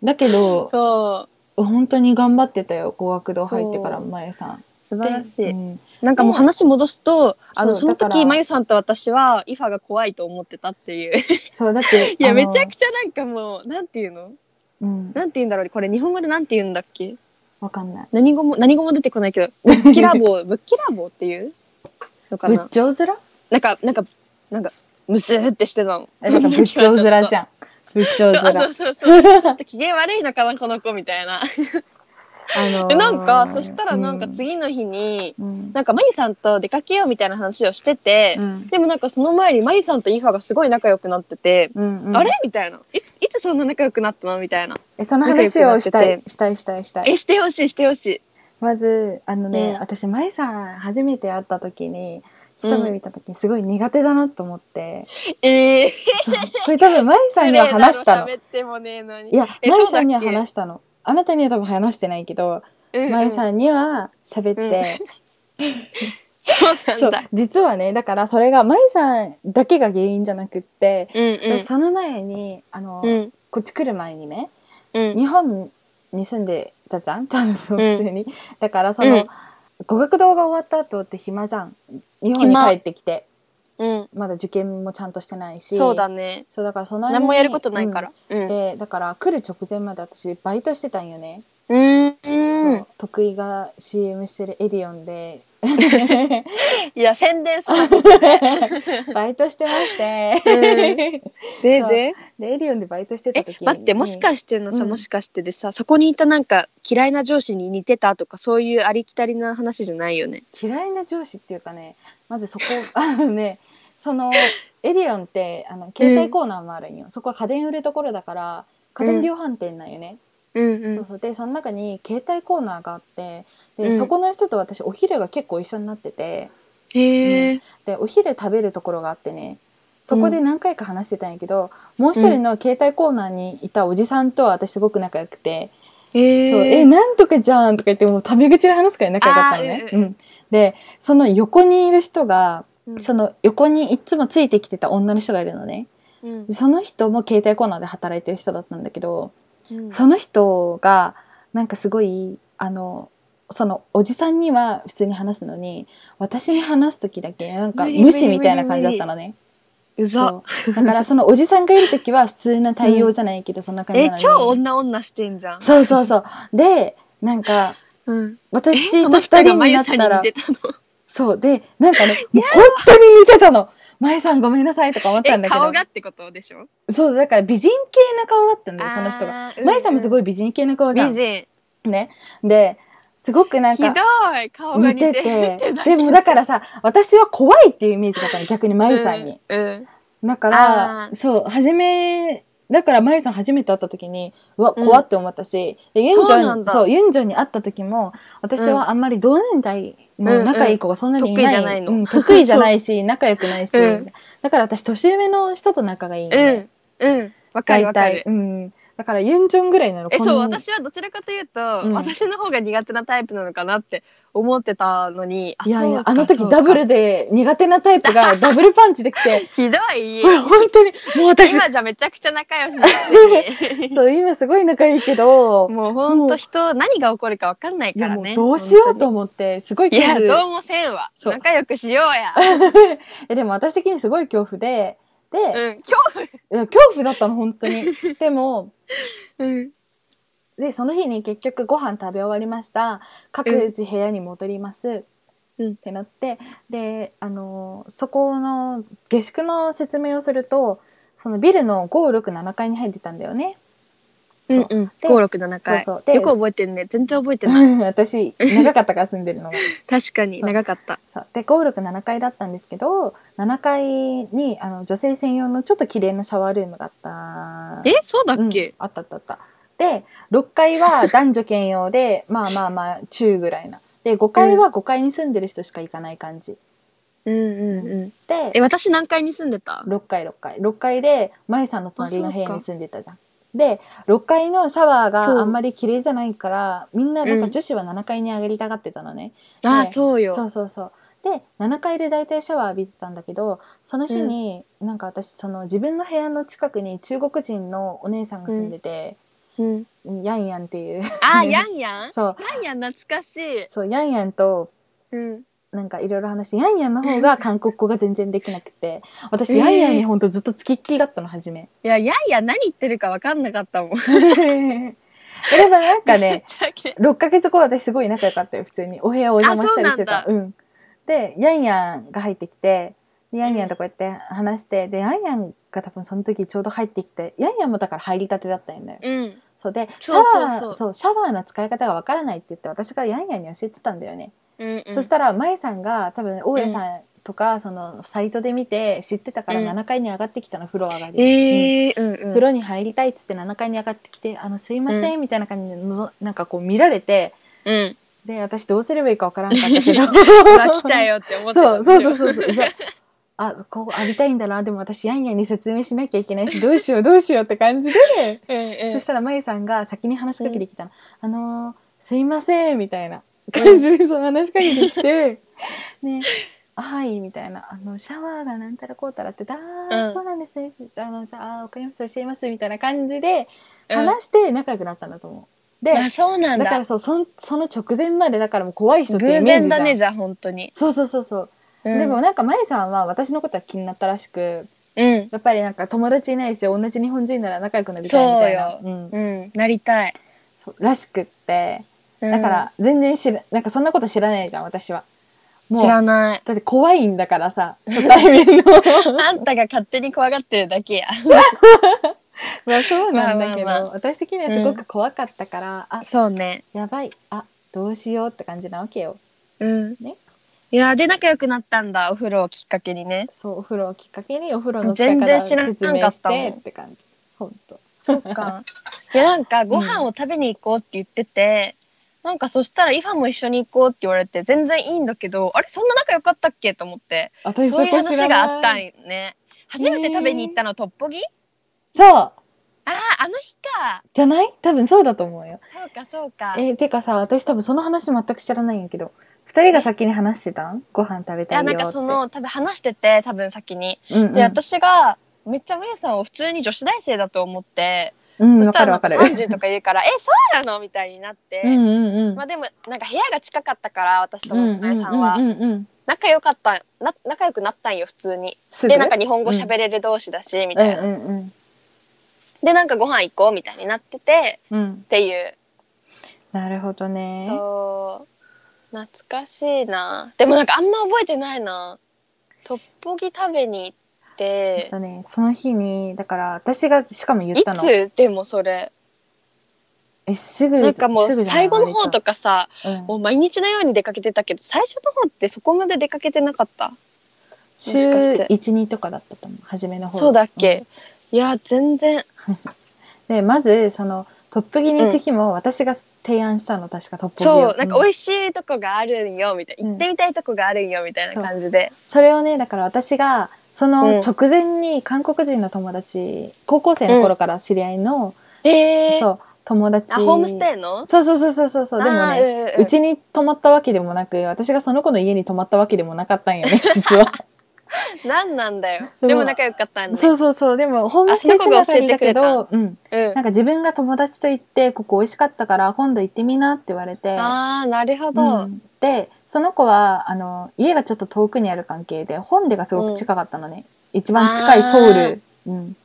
だけど
そう。
本当に頑張ってたよ語学堂入ってから
そう
まゆさん
素晴らし
う
い。
ん
なんかもう話戻すと、あの、
そう
その
だから
時、まゆさんと私は、イファが怖いと思ってたっていう。
そうだって
いや、
あの
めちゃくちゃなんかもう、なんていうの
うん
なんて言うんだろうこれ日本語でなんて言うんだっけ
わかんない
何語も、何語も出てこな いけど、ブッキラボー、ブッキラボーっていうのか
仏
な
頂面
なんか、なんか、なんか、むすーってしてたの。
え、なん か仏頂面じ
ゃん。
ゃん。仏頂
ちょあそ
面
う。そうそう。ちょっと機嫌悪いのかな、この子みたいな。
あのー
で、なんか、そしたらなんか、次の日に、
うん。
なんか、まゆさんと出かけようみたいな話をしてて、
うん
でもなんかその前にまゆさんとイーファがすごい仲良くなってて、
うんうん
あれみたいな。いつ、いつそんな仲良くなったのみたいな。
えその話をした
仲良くなっ
い
て、
したい、したい、したい。
え、してほしい、してほしい。
まず、あのね
う、ん
私、まゆさん、初めて会った時に、一目見た時にすごい苦手だなと思 って。
えー、
そうこれ多分、まゆさんには話したの。
喋ってもねえのに
い。や、
え
まゆさんには
そうだっけ
話したの。あなたには多分話してないけど、まゆさ
ん。
んには喋って、
そうな
そ
ん
う
だ。、
実はね、だからそれが、まゆさんだけが原因じゃなくって、
うんう
その前に、あの、
ん。うん
こっち来る前にね
うん。
日本に住んでたじゃんちゃんと普通に、だからそ
うん
の、語学堂が終わった後って暇じゃん日本に
暇
帰ってきて
うん。
まだ受験もちゃんとしてないし
そうだね。
そうだからその間に
何もやることないから。う
うん
ん。
でだから来る直前まで私バイトしてたんよね、
うん。
そう得意が CM してるエディオン で
いや、宣伝 さ。
バイトしてまして、
で
そう
で。
でエディオンでバイトしてた
え
時、
待って、もし
し
かしてのさ、
うん
もしかしてでさ、そこにいたなんか嫌いな上司に似てたとか、そういうありきたりな話じゃないよね。
嫌いな上司っていうかねまずそこ あのねそのエディオンってあの携帯コーナーもあるんよ、そこは家電売るところだから家電量販店なんよね、
うんう。
そうんそうでその中に携帯コーナーがあってで、
うん
そこの人と私お昼が結構一緒になってて
へえ。
でお昼食べるところがあってねそこで何回か話してたんやけど、もう一人の携帯コーナーにいたおじさんとは私すごく仲良くて、
へえ。
そう、え、なんとかじゃんとか言って、もうタメ口で話すから仲良かったのね。
あ
う
ーうん
ん。で、その横にいる人が、
うん
その横にいつもついてきてた女の人がいるのね。
うん
その人も携帯コーナーで働いてる人だったんだけど、
うん
その人が、なんかすごい、あの、そのおじさんには普通に話すのに私に話す時だけなんか
無理
無視みたいな感じだったのね
うざ。
そうだからそのおじさんがいる時は普通な対応じゃないけど、そんな感じ
え
なの、に
超女女してんじゃん。
そうそうそうでなんか
うん。
私
そ
と二
の人が
人
ま
にな
ゆ
っ
さん
た
に
ら
似てたの。
そうでなん かねもう本当に似てたの「まゆさんごめんなさい」とか思ったん
え、
だけど
顔がってことでしょ
そうだから美人系な顔だったんだよその人が。
が
まゆさんもすご
い
い美人系な顔じゃ
美
ん。
人。
ね、ですごくなん
ひど
か
い。顔が
似
似
て
てる
て
ってだけ
でもだからさ私は怖いっていうイメージだったの逆にまゆさんに。。
うんうん。
だか
あ
ら
ー
そう初めだからまゆさん初めて会った時にうわ
うん
怖って思ったし、でユンジ
そうな
ョ
ん
ン
だ
そうユンジョンに会った時も私はあんまり同年代の仲いい子がそんなにいない,、
うんうん得意じゃないの
うん得意じゃない し仲良くないし、
うん
だから私年上の人と仲がいいの
う
ね
ん。うん。わかるわかる。
うん。だからユンジョンぐらいなの
えそう
こん
私はどちらかというと、
うん
私の方が苦手なタイプなのかなって思ってたのにあ
いやい
そ
や
う、か
あの
そ
時
うか
ダブルで苦手なタイプがダブルパンチできて、
ひど い
これ本当に、もう 私、
今じゃめちゃくちゃ仲良し だし
そう、今すごい仲いいけど、
もうほん
も
と
う
人何が起こるかわかんない
い
か
や
ら
もう
ね
どうしようと思って、すごい
本当にい
恐
やど
怖。
うもせんわ
そう
仲良くしようや
え、でも私的にすごい恐怖で、で、
うん恐怖
いや恐怖だったの、本当 に。でも、
うん
で、その日に結局ご飯食べ終わりました。各自部屋に戻ります。
うん
ってなって、で、あのーそこの下宿の説明をすると、そのビルの5、6、7階に入ってたんだよね。
う
そうん
うん
で
567
そう
回
そう。
よく覚えてんね全然覚えてない
うん私長かったから住んでるのが
確かに
そう
長かった
そうで567階だったんですけど7階にあの女性専用のちょっと綺麗なシャワールームがあった
えそうだ
う
っ
ん
け、
あったあったあったで6階は男女兼用で まあまあまあ中ぐらいなで5階は5階に住んでる人しか行かない感じ
うん、うんうん
で
え私何階に住んでた
6階6階6階でまゆさんの隣の
あ
部
そうか
屋に住んでたじゃんで6階のシャワーが
そう
あんまり綺麗じゃないからみんななん
う
か
ん
女子は7階に上がりたがってたのね、
あ
ね
そうよ
そうそうそうで7階で大体シャワー浴びてたんだけどその日に、なんか私その自分の部屋の近くに中国人のお姉さんが住んでて、
うん、
ヤンヤンっていう
あヤンヤン
そう
ヤンヤン懐かしい
そうヤンヤンと
うん
なんかいろいろ話してヤンヤンの方が韓国語が全然できなくて私、
えー
ヤンヤンにほんとずっとつきっきりだったの初め
いや、やいや、何言ってるか分かんなかったもん。
えでもなん かね
ぶっちゃけ
6ヶ月後私すごい仲良かったよ普通にお部屋お邪魔したりして
あ
た
そ
うんでヤンヤンが入ってきてでヤンヤンとこうやって話して、でヤンヤンが多分その時ちょうど入ってきてヤンヤンもだから入りたてだったんだよ、
うん。
そうでシャ
そうそう
ワー
そう
そうシャワーの使い方がわからないって言って私がヤンヤンに教えてたんだよね、
うん、うん。
そしたら舞さんが多分大家さんとか、そのサイトで見て知ってたから
うん
7階に上がってきたの風呂上がり、
えー、うん、うん。
風呂に入りたいっつって7階に上がってきて「あのすいません」みたいな感じでのぞなんかこう見られて、
うん。
で私どうすればいいかわからんかったけ ど
うわ、来たよって思ってた
そ
ん
う
でしょ。
そうそうそうそううわあここ浴びたいんだなでも私ヤンヤンに説明しなきゃいけないしどうしようどうしようって感じ で
うん、
そ
うん
し。たらまゆさんが先に話しかけてきたの「あのーすいません」みたいな感じでその話しかけてき て「ねあはい」みたいな「あのシャワーがなんたらこうたら」って言って「ああ、
うん
そうなんですね」あのじゃあわかりました教えます」みたいな感じで
うん
話して仲良くなったんだと思う。で
あ、そうなん
だか
だ
ら。そうそんその直前までだからもう怖い人ってイメージ
偶
じゃん
然だね、じゃあ、本当に。
そうそうそうそう、
うん、
でも、なんかまゆさんは私のことは気になったらしく
うん。
やっぱりなんか友達いないし同じ日本人なら仲良くなりたいみたいな
そう
うん
うん、なりたい。
そうらしくって
うん
だか、ら全然知らなんかそんなこと知らないじゃん私はもう
知 らない。
だって怖いんだからさ初対面の
あんたが勝手に怖がってるだけや。
まあそうなんだけど、
まあまあま
私的にはすごく怖かったから、あ
そうね。
やばいあどうしようって感じなわけよ
うん。
ね
いやー、で、仲良くなったんだ、お風呂をきっかけにね。
そうお風呂をきっかけにお風呂の使い方を説
全然知らんか
明
っ
した
もん
てって感じほんと
そっか。いやなんかご飯を食べに行こうって言ってて、なんかそしたらイファも一緒に行こうって言われて全然いいんだけど、あれそんな仲良かったっけと思って、
私
そういう
こ知ら
話
ない
があったんよね。初めて食べに行ったのトッポギ、
そう
ああ、あの日か。
じゃない多分そうだと思うよ。
そうかそうか。い
えーてかさ、私多分その話全く知らないんやけど、二人が先に話してたんご飯食べた
や
いよ
な
って。
んかその多分話してて多分先に。
うんうん、
で、私がめっちゃまゆさんを普通に女子大生だと思って、
うん、
そし
わ
た
からる
なん
わ
か
かる。
30とか言うから「えそうなの?」みたいになって、
うんうんうん。
まあでもなんか部屋が近かったから私と
うんうん
も
う
え
ん
さんは、
うんうん。
仲良かったな仲良くなったんよ普通に
すぐ
でなんか日本語喋れる同士だし、み
う
たい
ん
な、
うんうん。
でなんかご飯行こうみたいになってて
うん
っ。ていう、
なるほどね。
そう懐かしいなでもなんかあんま覚えてないなトッポギ食べに行っ
えってとね、その日に、だから私がしかも言っ
い
たの。
つでもそれ
え、すぐ、
なんかも
すぐ
う
じゃない
最後の方とかさ
割とうん
もう毎日のように出かけてたけど最初の方ってそこまで出かけてなかった
週
もしかして
1、2とかだったと思う。初めの方。
そうだっけ、いや全然
うんで、まず、その、トップギに行く日も私が提案したの、確かトップギを。
そうなんか美
い
味しいとこがあるんよみたいな
うん
行ってみたいとこがあるんよみたいな感じで、
それをね、だから私が、その
うん
直前に韓国人の友達、高校生の頃から知り合いの、
へえ
そう、友達。
あホームステイの
そうそうそうそうそうそう。でもね、
ね
うちに泊まったわけでもなく、私がその子の家に泊まったわけでもなかったんよ ね、実は。
なんなんだよ
そう
でも仲良かったんだ、ね、
そうそうそう。でも、ホームステイつながりだけ
あその
ど、うん。
うん
なんか自分が友達と行って、ここ美味しかったから、今度行ってみなって言われて。
ああなるほど、
うんで、その子は、あの、家がちょっと遠くにある関係で、ホンデがすごく近かったのね。一番近いソウル。うん。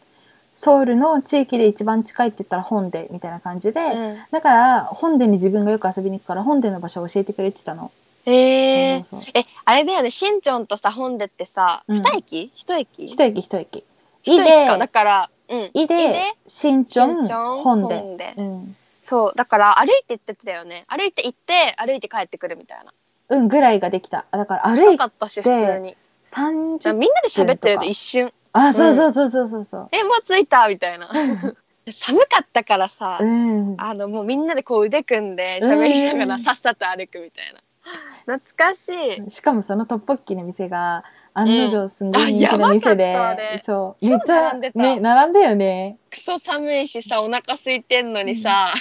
ソウルの地域で一番近いって言ったらホンデみたいな感じで、
うん
だから、本殿に自分がよく遊びに行くから、本殿の場所を教えてくれてたの。
へえ
そうそうそう
えあれだよねしんちょんとさ本でってさ、
うん
二駅一駅
一駅一駅。
一
いで
駅かだからうん
い
い
で
で、
新
し
町、
んちょん
本殿。
本で
うん。
そうだから歩いて行ってたよね歩いて行って歩いて帰ってくるみたいな
うん、ぐらいができた。あだから、歩
近
い
かったし普通に
三
みん
十。
なで喋ってると一瞬
あ、そうそうそうそうそうそう
「えもう着いた」みたいな 寒かったからさ、。
うん。
あのもうみんなでこう腕組んで喋りなが
うん
らさっさと歩くみたいな 懐かしい
しかもそのトッポッキの店が、案の定すんごい人気
うんあやば
の
かっ
店
た
で、
あれ
そう。め
超
っちゃ、
並んでた
ね、並んだよね。
クソ寒いしさお腹空いてんのにさ、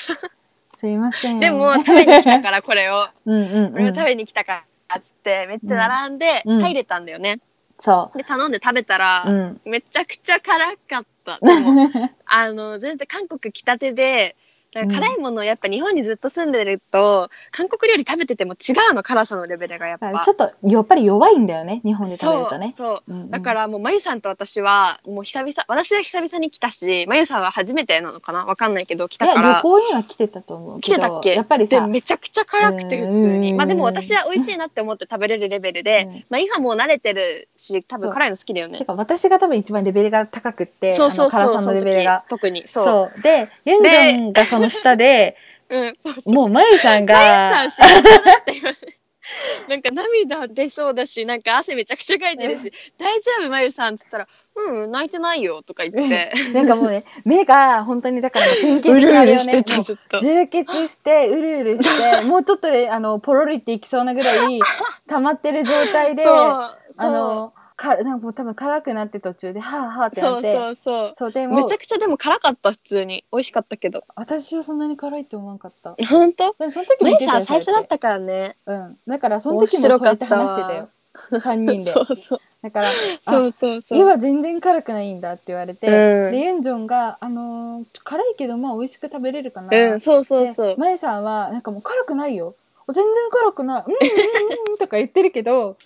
すいません。
でも食べに来たからこれを
うんうんう
俺も
ん
食。べに来たからっつってめっちゃ並んで
うん
入れたんだよね、
そ
で頼んで食べたら、
う。うん。
めちゃくちゃ辛 かったでもあの全然韓国来たてでだから辛いものをやっぱ日本にずっと住んでると、韓国料理食べてても違うの辛さのレベルがやっ
だか
ぱ
らちょっとやっぱり弱いんだよね日本で食べるとね。
そうそう
うんうん
だからもうまゆさんと私はもう久々私は久々に来たしまゆさんは初めてなのかなわかんないけど来
い
た
や
か
旅
ら
行には来てたと思うけど
来てたっけ
やっぱり
で
さ、
めちゃくちゃ辛くて普通に
うん
まあでも私は美味しいなって思って食べれるレベルで、
うん
まあ今もう慣れてるし多分辛いの好きだよ
て
ね
か私が多分一番レベルが高くって
そうそう
あの
そう
辛さ
そ
の
の
レベル
時
が。
特にそう
そうでユンジョンがその下で
うん
もうマユさん
さあ
が
幸せだって言われて なんか涙出そうだしなんか汗めちゃくちゃかいてるし「大丈夫まゆさん」っつったら「うん泣いてないよ」とか言って
なんかもうね目が本当にだから典型的なあれ よねもう
ずっと
充血してうるうる してもうちょっとであのポロリっていきそうなぐらい溜まってる状態であ
そうそう
のかなんかもう多分辛くなって途中ではあはあってな
そ
っ
う
て
そうそう
そうで
め
も
ちゃくちゃでも辛かった普通に美味しかったけど
私はそんなに辛いと思わんかった。
本当
でもその時
メ
見
イ
てた
さ
よ
ん最初だっ。
そ
たからね
れってうん。だからその時もそうやって話してたよ。3人で
そ。うそう
だから、
そ
あ
うそうそう
今全然辛くないんだって言われて、
うん
でユンジョンが、あのー辛いけどまあ美味しく食べれるかな。
うんそうそう
で
そう
マエさんはなんかもう辛くないよ。全然辛くない。うんうんうんうん とか言ってるけど、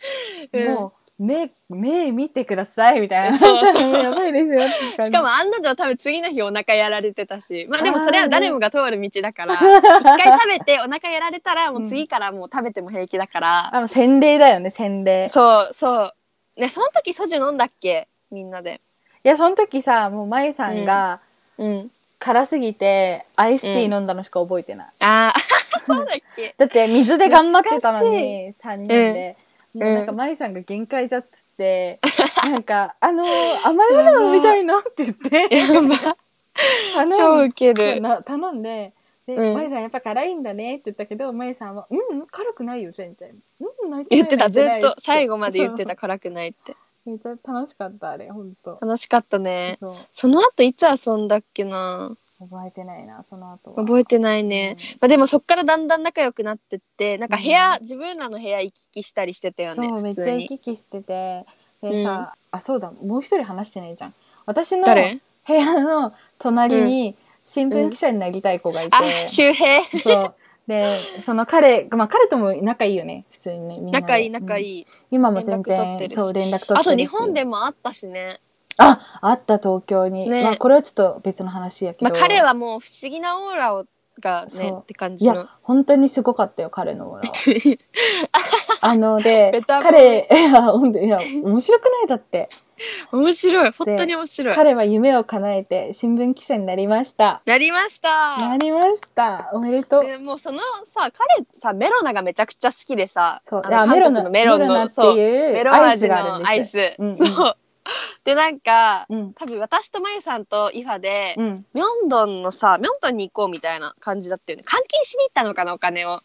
うん
もう目目見てくださいみたいな。
そうそう
もやばいですよって感じ。
しかも案の定多分次の日お腹やられてたしまあでもそれは誰もが通る道だから 一回食べてお腹やられたらもう次からもう食べても平気だから、
あの洗礼だよね洗礼。
そうそうねその時ソジュ飲んだっけみんなで
いやその時さもうマエさんが、
うん
辛すぎてアイスティー飲んだのしか覚えてない、
ああ そうだっけ
だって水で頑張ってたのに3人で、
ん
もうなんか舞さんが限界だっつっ て、なんか「あのー甘いもの飲みたいな」って言って
やば 超
頼
ウケ
ん
る
な 頼んで。で、
うん
舞さんやっぱ辛いんだねって言ったけど、舞さんは、うん、辛くないよ、全然。うん、泣いて
言
な
っ
い
てたずっと最
後。
後まで言ってた辛くないって
めっちゃ楽しかった、あれ、ほんと。
楽しかったね
そう
その後いつ遊んだっけな
覚えてないな、その後は。
覚えてないね、まあ、でもそっからだんだん仲良くなってってなんか部
う
屋、自分らの部屋行き来したりしてたよね
そうめ
普
っち
通
ゃ行
に
き来しててでさ、あそうだもう一人話してないじゃん私の
誰
部屋の隣に、新聞記者になりたい子がいて、
あ、周平。
そう。で、その彼、まあ彼とも仲いいよね、普通にね。みんなで
仲いい仲
うん
いい。
今も全
連絡取っ
然、
てるし
そう、連絡取ってる
あ
し。
と日本でもあったしね。
あ、あった東京に。
ね
まあこれはちょっと別の話やけ
ま
ど。
あ彼はもう不思議なオーラをがね
そう
って感
い
じの
や。、本当にすごかったよ、彼のオーラは。 あの、で
ベ、タ褒
彼
め、
いや、ほんといや、面白くないだって。
面白い。本当に面白い。
彼は夢を叶えて新聞記者になりました。
なりました。
なりました。おめでとう。
でもうそのさ彼さメロナがめちゃくちゃ好きでさ
そう、
あ
いや
の
メロ
韓
ナ
国のメロンの
メナって
そう
い
メ
う
ロン
アイス
味
がある
のア
ん
イ
です。
ス、
うんうん
そうでなんか
うん。
多分私とまゆさんとイファで、
うん。
ミョンドンのさミョンドンに行こうみたいな感じだったよね換金しに行ったのかなお金を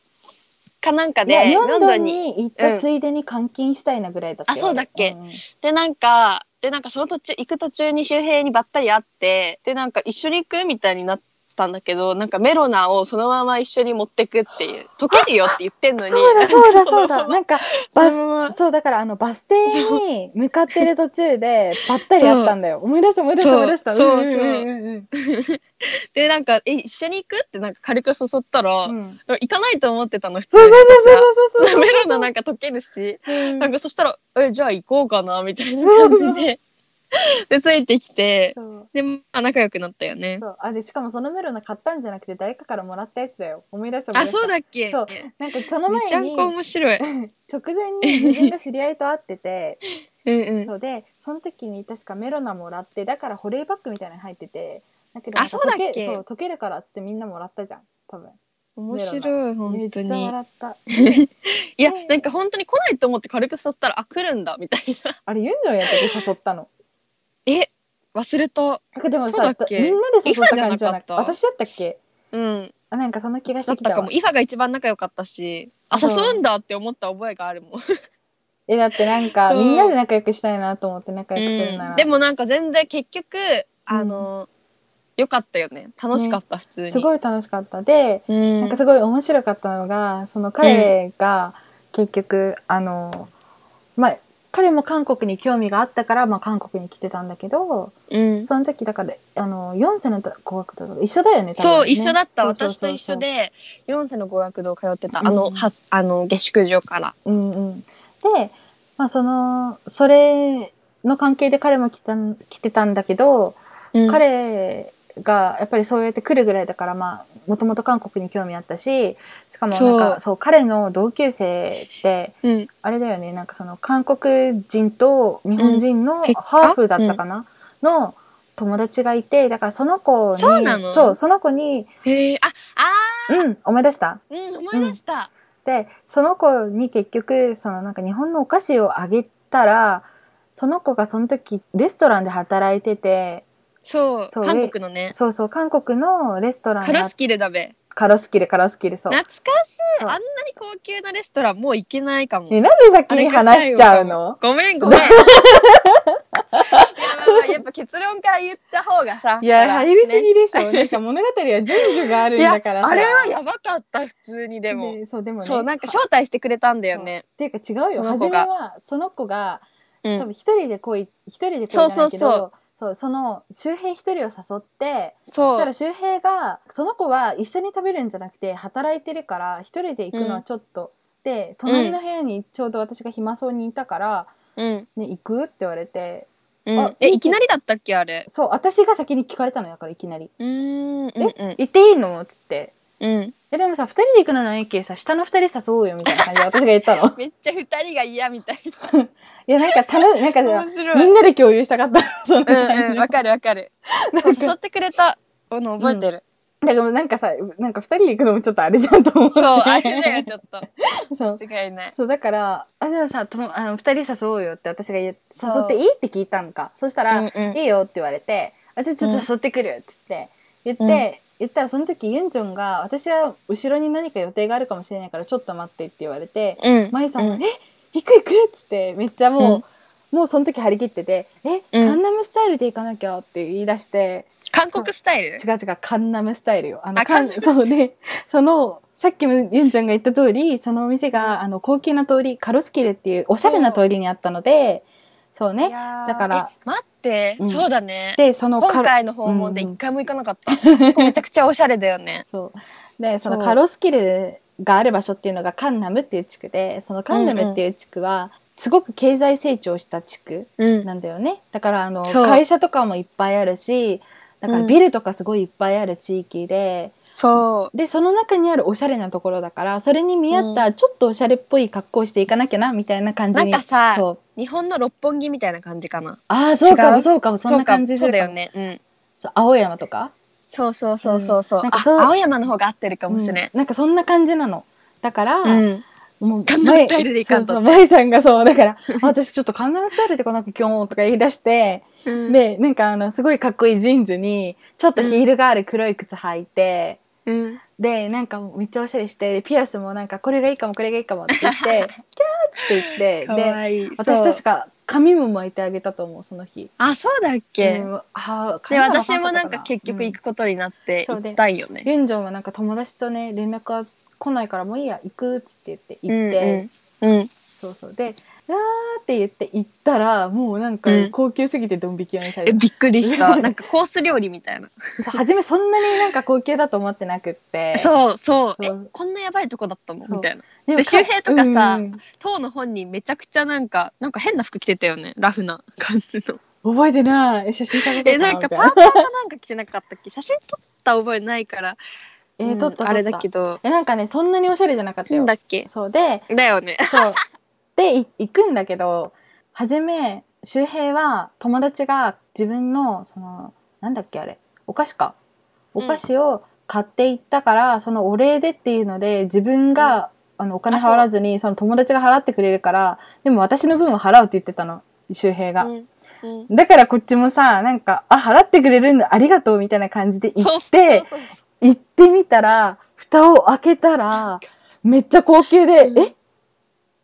かなんか
いや、
で、
ミョンドン
に
に行ったついでに監禁したいなぐらいだったよ
あそうだっけ
ん
でなんかでなんかその途中行く途中に周平にばったり会ってでなんか一緒に行くみたいになったんだけどなんかメロナをそのまま一緒に持ってくっていう溶けるよって言ってんのに
そうだそうだそう だ。なんか、バ
そのまま
ス、そうだからあのバス停に向かってる途中でばったり会ったんだよ。思い出した思い出した
そう
思い出した。
そう
うん
そう
ん
ん
うん
でなんか「え一緒に行く?」ってなんか軽く誘ったら、
うんうん。
行かないと思ってたの普通
そうそうそうそう
私
そう
は
そう。
メロナなんか溶けるし
うん
なんかそしたら「えじゃあ行こうかな」みたいな感じででついてきて
そう
でまあ仲良くなったよね
そうあでしかもそのメロナ買ったんじゃなくて誰かからもらったやつだよ思い出した思い
あ
出した
そうだっけ
そうなんかその
めちゃ
前
ん
に
こ面白い
直前に自分が知り合いと会ってて
うんうん
そうでその時に確かメロナもらってだから保冷バッグみたいなの入っててだけど
あ
なんか
そうだっ
溶
け
そう溶けるからっつってみんなもらったじゃん多分
面白い
めっち
本当
ゃ
に
笑った
いや
ね
なんか本当に来ないと思って軽く誘ったらあ来るんだみたいな
あれユンジョンやってて誘ったの
え忘れた
なんかでも
そうだ
さ
っけ
みんなで誘った感じじゃなくて
イファじゃなかった
私だったっけ
うん
あなんかそんな気がし
だっ
き
てた
た
か
わ
もイファが一番仲良かったしあ
そう
誘うんだって思った覚えがあるもん
えだってなんか
そう
みんなで仲良くしたいなと思って仲良くするなら、
うんでもなんか全然結局あの、良かったよね楽しかった、普通に
すごい楽しかったで
うん、
なんかすごい面白かったのがその彼が結局、あのまあ彼も韓国に興味があったから、まあ、韓国に来てたんだけど
うん
その時だからあの4世の語学と一緒だよね多
そ
分
う
ね
一緒だった
そうそう
私
そ
と
う
一緒で四世の語学堂通ってた、あ
う
の
ん
はあの下宿所から
うんうん、で、まあ、そのそれの関係で彼も来たん来てたんだけど、
うん
彼がやっぱりそうやって来るぐらいだからまあもともと韓国に興味あったししかもなんか
そ
そう彼の同級生って
うん
あれだよねなんかその韓国人と日本人の
結果
ハーフだったかな、の友達がいてだからその子に
そうなの
そうその子に
へえああ
うん思い出した
ーうん思い出した、
でその子に結局そのなんか日本のお菓子をあげたらその子がその時レストランで働いてて
そう
そう
韓国のね
そうそう韓国のレストラン
カ
だ
ロスキルだべ
カロスキルカロスキルそう
懐かしいあ
そ
ん
う
なに高級なレストランもう行けないかも
ね、なんで先に話しちゃうの
ごめん ごめんいやまあまあやっぱ結論から言った方がさ
いや、
ほら
入りす
ね
ぎでしょ。なんか物語は順序があるん
いや
だからさ。
あれはやばかった普通にでも
でそう、でもね。
そうなんか
は
招待してくれたんだよね
っていうか違う
そ
よ。
の
初
子
め
が
は、その子が、
う
多分
ん
一人で来い、一人で来いじゃないけど、
そうそうそう
そうその周平一人を誘って、そし
そ
た
う
ら周平が、その子は一緒に食べるんじゃなくて、働いてるから、一人で行くのはちょっと。で、隣の部屋にちょうど私が暇そうにいたから、
うん
ね、行くって言われて、
うん
あ
えいきなりだったっけあれ
そう、私が先に聞かれたのやから、いきなり。
うーんうんうん
行っていいのつって。
うん。
えでもさ、二人で行くのないけさ、下の二人誘おうよみたいな感じで私が言ったの
めっちゃ二人が嫌みたい
いや、なんか楽し、なんか
な
さ
面、白い
みんなで共有したかった。その
う
感
んう
じ
んわかるわかるそう誘ってくれたの覚えてる
だからなんかさ、なんか二人で行くのもちょっとあれじゃんと思って。
そうあれだよちょっと
そう。
間違いない
そう、だから、あ、じゃあさ、ともあの二人誘おうよって私が言う誘っていいって聞いたのか。そしたら、
うんうん
いいよって言われて、あ、じゃあちょっと誘ってくるよって言って、
うん
言って、言ったらその時ユンジョンが、私は後ろに何か予定があるかもしれないからちょっと待ってって言われて、
うん
まゆさんが、
う
え行く行くっつってめっちゃもう、もうその時張り切ってて「え、カンナムスタイルで行かなきゃ」って言い出して
韓国スタイル
違う違うカンナムスタイルよ。あの
あ
カン
カ
そうね そのさっきもユンちゃんが言った通りそのお店があの高級な通りカロスキルっていうおしゃれな通りにあったのでそうね
だ
だから
待って、
うん
そうだね
でその
今
カロ
回の訪問で一回も行かなかった、そこめちゃくちゃおしゃれだよ ね
そうでその
そう
カロスキルがある場所っていうのがカンナムっていう地区でそのカンナムっていう地区はすごく経済成長した地区
うん
なんだよねだからあの
そう
会社とかもいっぱいあるしだから
うん
ビルとかすごいいっぱいある地域で、
そう
でその中にあるおしゃれなところだからそれに見合ったちょっとおしゃれっぽい格好をしていかなきゃなみたいな感じに
なんかさ
そう
日本の六本木みたいな感じかな
ああそうか
違
も
う
そうかもそんな感じす
そうかそう
る
だ
か
よ
も
ねうん
そう青山とか
そうそうそうそうそう,、
うんなんかそう
あ青山の方が合ってるかもしれん
うんなんかそんな感じなのだから、
うん、
もう
カンナムスタイルでいかんと
そうそう舞さんがそうだ から「あ私ちょっとカンナムスタイルでこなきゃ今日」とか言い出して、
うん
でなんかあのすごいかっこいいジーンズにちょっとヒールがある黒い靴履いて、
うん
でなんかめっちゃおしゃれしてピアスもなんかこれがいいかもこれがいいかもって 言って「キャーって言
か
ってで
わいい
私
そう
確か髪も巻いてあげたと思うその日。
あそうだっけ、
うんあー
で
髪は巻
私
か
も
な
な
かっ
ん
た
か結局
うん
行くことになって
うんそう
行
で
ったんよね、
ユンジョンはなんか友達とね連絡が来ないからもういいや行くっつって言って
うん
行って、
うんうん
そうそうで「あー」って言って行ったらもうなんか
うん
高級すぎてドン引きをされ
え
た、
びっく りしたなんかコース料理みたいな
そう初めそんなになんか高級だと思ってなくって
そうそうえ
そう
こんなやばいとこだったの
そう
みたいな
で
で周平とかさ
うん
当の本人めちゃくちゃなんかなんか変な服着てたよねラフな感じの
覚えてないえ写真探そうか
え
な
なん
みた
か
い
パ
な
ーカーかなんか着てなかったっけ写真撮った覚えないから、
え
う
ー
ん
撮った撮った
あれだけど
えなんかねそんなにおしゃれじゃなかった
な
よ
んだっけ
そうで
だよね
そう。で、い行くんだけど、初め、周平は友達が自分の、その、なんだっけあれ、お菓子か。お菓子を買っていったから、そのお礼でっていうので、自分が、あの、お金払わずに、その友達が払ってくれるから、でも私の分は払うって言ってたの、周平が。
うんうん
だからこっちもさ、なんか、あ、払ってくれるんだ、ありがとう、みたいな感じで行
そう
っ
そう
て、行ってみたら、蓋を開けたら、めっちゃ高級で、
うん
え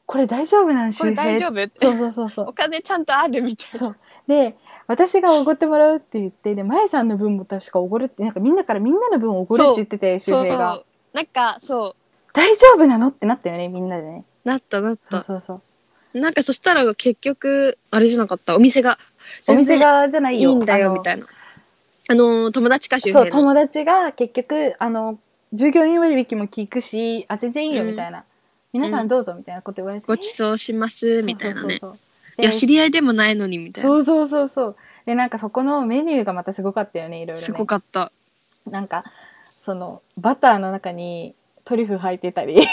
これ大丈夫なん
これ大丈
夫
夫って
そうそうそうそ
お
う。
金ちゃんとあるみたい
そ
な
うで、私がおごってもらうって言って、で、まえさんの分も確かおごるって、なんかみんなからみんなの分をおごるって言ってて、周
そう
平が。
なんかそう
大丈夫なのってなったよね、みんなでね。
なったなっ
そう
た
そうそう。
なんかそしたら結局あれじゃなかったお店が
お
全
店
然
側じゃない
い
よ。
いんだよみ
い
たいなあのー友達か周
そう、
辺の
友達が結局、あの、従業員割引も聞くし、あ、全然いいよ、
うん
みたいな。皆さんどうぞ、みたいなこと言われて。
ごちそうしますみたいなね
そうそうそうそう
いや知り合いでもないのにみたいな
そうそうそうそうでなんかそこのメニューがまたすごかったよねいろいろ、ね、
すごかった
なんかそのバターの中にトリュフ入って たり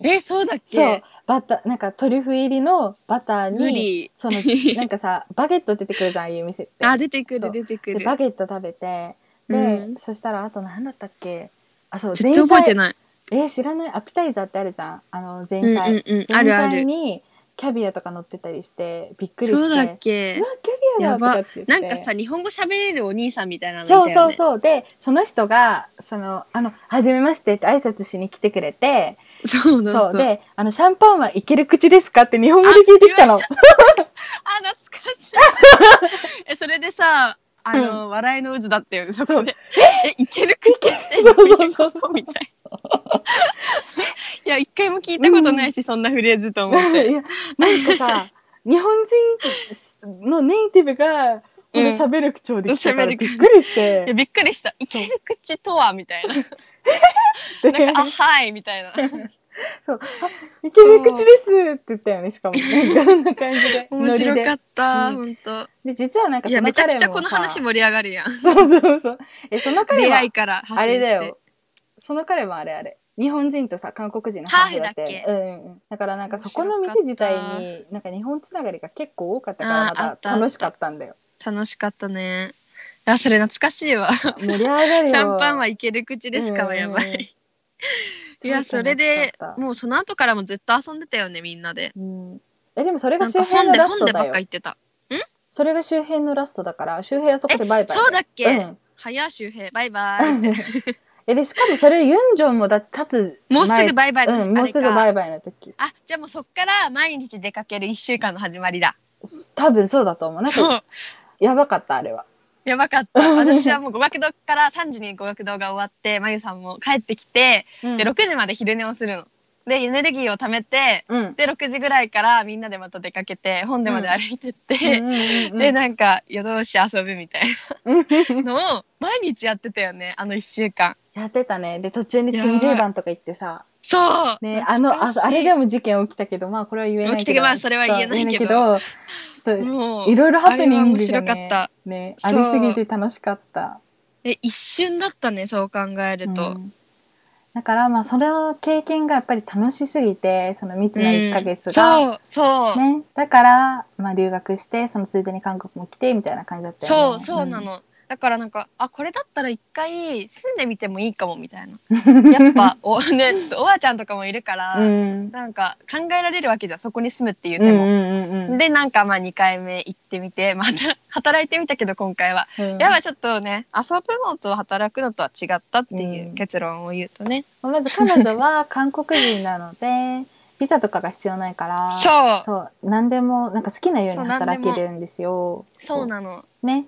えそうだっけ
そうバターなんかトリュフ入りのバター
無
に
理
その なんかさバゲット出てくるじゃんああいう店って
あ出てく
そ
る
う
出てく
で
る
バゲット食べてで、
うん
そしたらあと何だったっけあそう
絶対覚えてない
えー知らないアピタイザーってあるじゃんあの前
うんう
菜、
んうんあるあ
前菜
る
にキャビアとか乗ってたりしてびっくりして
そうだ
う
っ
わ
け
キャビアだとかって言って
なんかさ日本語喋れるお兄さんみたいなのいたよ
そう
ね
そうそう。で、その人が、その、あの、はじめましてって挨拶しに来てくれて、
そうそう
そ。
そううあ
で、あの、シャンパンはいける口ですかって日本語で聞いてきた の。
懐かしいえそれでさあの、笑いの渦だったよねそこでえいける口ってどういう
そうそう
こ
そ
とみたいないや一回も聞いたことないし、そんなフレーズと思 っ
い
て
や、なんかさ、日本人のネイティブが、この喋る口調で来たか
うん
ら
喋る
び
口
っくりし
いや
て、
びっくりしたいける口とは みたいな
で
なんか、あ、はい、みたいな。
そうあいける口ですって言ったよね、しかも。なんかこんな感じで。
面白か
っ
った、
うん
本当。
た。で、実はなんか
いや、
そ
め
の
ちゃく
彼もさ、
ちゃこの話盛り上がるやん。
そうそうそう。え、その彼
出
は
会いから
あ
派
れ
生
だ
して。
よ。その彼もあれあれ。日本人とさ、韓国人の
ハ
ハー
ーフ
フ
だ
だ
っ
っ
け
て。うんうん。だからなんかそこの店自体に、なんか日本つながりが結構多かったから、
あーあ
ま
った
た楽しかったんだよ。
楽しかったね。あ、それ懐かしいわ。シ
盛り上がるよ。
ャンパンはいける口ですかはやば
うんうん
い。いや、それで、もうその後からもずっと遊んでたよね、みんなで。
うん。え、でもそれ
な
が
ん
周
か
辺
本
の
で、
ラス
本
ト
でば
だ
っか
よ
言。ってた。
それが周辺のラストだから、周辺はそこでバイバイ。
そうだっけ
うん。
早周平、バイバイって。
え、で、しかもそれユンジョンもだ立つ前。
もうすぐバイバイの、
うん、もうすぐ
あ
バ
れか
イバイの時。
あ、じゃあもうそっから毎日出かける1週間の始まりだ。
多分そうだと思う。なん
そ
か、
う。
やばかった、あれは。
やばかった。私はもう語学堂から3時に語学堂が終わって、まゆさんも帰ってきて、
うん
で、6時まで昼寝をするの。でエネルギーを貯めて
うん。
で6時ぐらいからみんなでまた出かけて本でまで歩いてって、で
で、
なんか夜通し遊ぶみたいなのを毎日やってたよねあの1週間
やってたね。で、途中に珍獣番とか行ってさ、
そう
ね、あの、ああれで
が
も事件起きたけど、まあこれは言えないけど。
起きてきますそれは言えないけ
ちょっと言えな
ど
いけどちょっ
も
と、いうろいろハプニング
あれは
が
面白かっ
ね
た、
ね、あ
そう
りすぎて楽しかった。
え一瞬だったねそう考えると、
うんだから、まあ、それの経験がやっぱり楽しすぎて、その密な1ヶ月が。
うんそうそう、
ね、だから、まあ、留学して、そのついでに韓国も来て、みたいな感じだったよ
そ
ね。
うそうなの、だからなんかあこれだったら一回住んでみてもいいかもみた いな
うん。
やっぱおねちょっとおばあちゃんとかもいるから、
うん。
なんか考えられるわけじゃんそこに住むっていう
うん
で
う
も、
んうんうん。
でなんかまあ2回目行ってみてまた働いてみたけど今回は、
うん
やっぱちょっとね遊ぶのと働くのとは違ったっていううん結論を言うとね、
まあまず彼女は韓国人なので、ビザとかが必要ないから、
そうそう
そう、何でも、なんか好きなよう
そう
に
何で
働
も
けるんですよ。
なの
ね。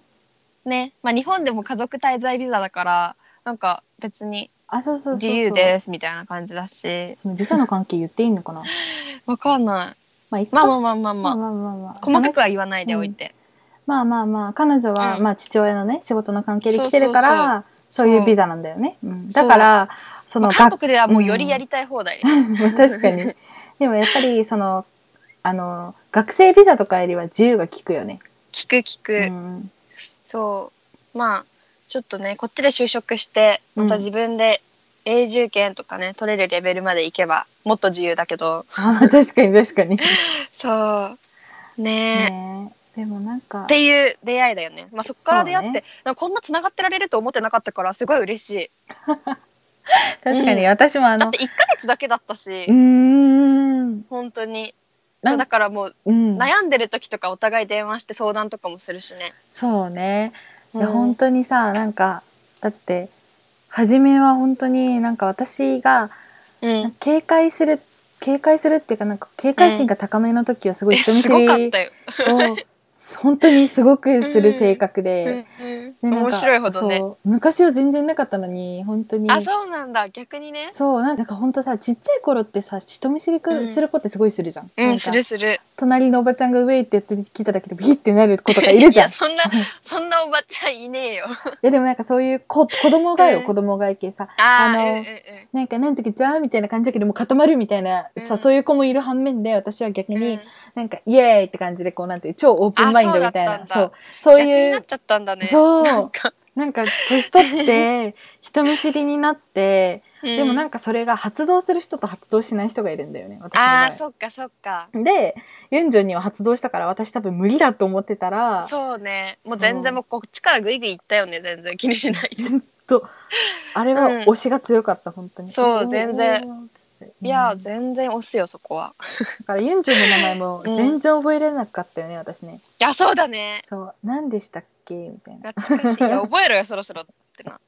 ねまあ日本でも家族滞在ビザだからなんか別に
あ、そうそうそう
自
そう。
由ですみたいな感じだし
そのビザの関係言っていいのか な
わかんない
まあ、いっか
まあまあまあまあまあ、
まあまあまあ
細かくは言わないでおいて、
まあまあまあ、彼女は、
うん
まあ父親のね、仕事の関係で来てるから、そういうビザなんだよね。うん、
そう
だから、そ
ま
の、
あ、韓
学
国ではもうよりやりたい放題、
確かに。でもやっぱり、その、あの、学生ビザとかよりは自由が利くよね。
聞く聞く、
うん。
そうまあちょっとねこっちで就職してまた自分で永住権とかね取れるレベルまで行けばもっと自由だけど
あ、まあ確かに確かに。
そうねえ
ねでもなんか
っ、ていう出会いだよね、まあ、そこから出会
そ
っ
う
て、
ね
なんかこんなつながってられると思ってなかったからすごい嬉しい
確かに私もあ
だ
の
って、1ヶ月だけだったし、
うーん。
本当に
なん
そうだからもう
うん。
悩んでる時とかお互い電話して相談とかもするしね、
そうね。いや、
うん
本当にさ、なんか、だって、初めは本当になんか私が、
うん、
警戒する警戒するっていうかなんか警戒心が高めの時はすごい
え
人見
す
知
ごかっ
り
たよ、
を本当にすごくする性格で,、
うん
でなんか
面白いほどね
そう昔は全然なかったのに本当に
あそうなんだ逆にね
そうなんか本当さちっちゃい頃ってさ人見知りく
うん
する子ってすごいするじゃん,、
う
なん
ん
か
するする
隣のおばちゃんが「ウェイ」ってやってきただけでビッてなる子とかいるじゃん
や そんなそんなおばちゃんいねえよ
いやでもなんかそういう子子供がよ、
うん
子供がいけさ
あー
あの
うんうんうん
なんかなんとかじゃあみたいな感じだけどもう固まるみたいなさ、
うん
そういう子もいる反面で私は逆に、
うん
なんか、イエーイって感じで、こう、なんていう、超オープンマインドみたい
あ
な。
そ
そうう。そう
逆に
い
なっ
う、
ちゃったんだね
そう
なんか、
なんか、年取って、人見知りになって、でもなん
か
んかそれが発動する人と発動しない人がいるんだよね、私の場合
ああそっかそっか
で、ユンジョンには発動したから、私多分無理だと思ってたら、
そうねもう
そう
全然もうこっちからグイグイ行ったよね全然気にしないで
あれは
うん
推しが強かった、本当に。
そう全然
おー。
いや
うんだ
全然押すよそこは
からユンジョンの名前も
うん
全然覚えれなかったよね、私ね。
いやそうだね
そう、何でしたっけみたいな。
懐 かしいいや覚えろよそろそろってな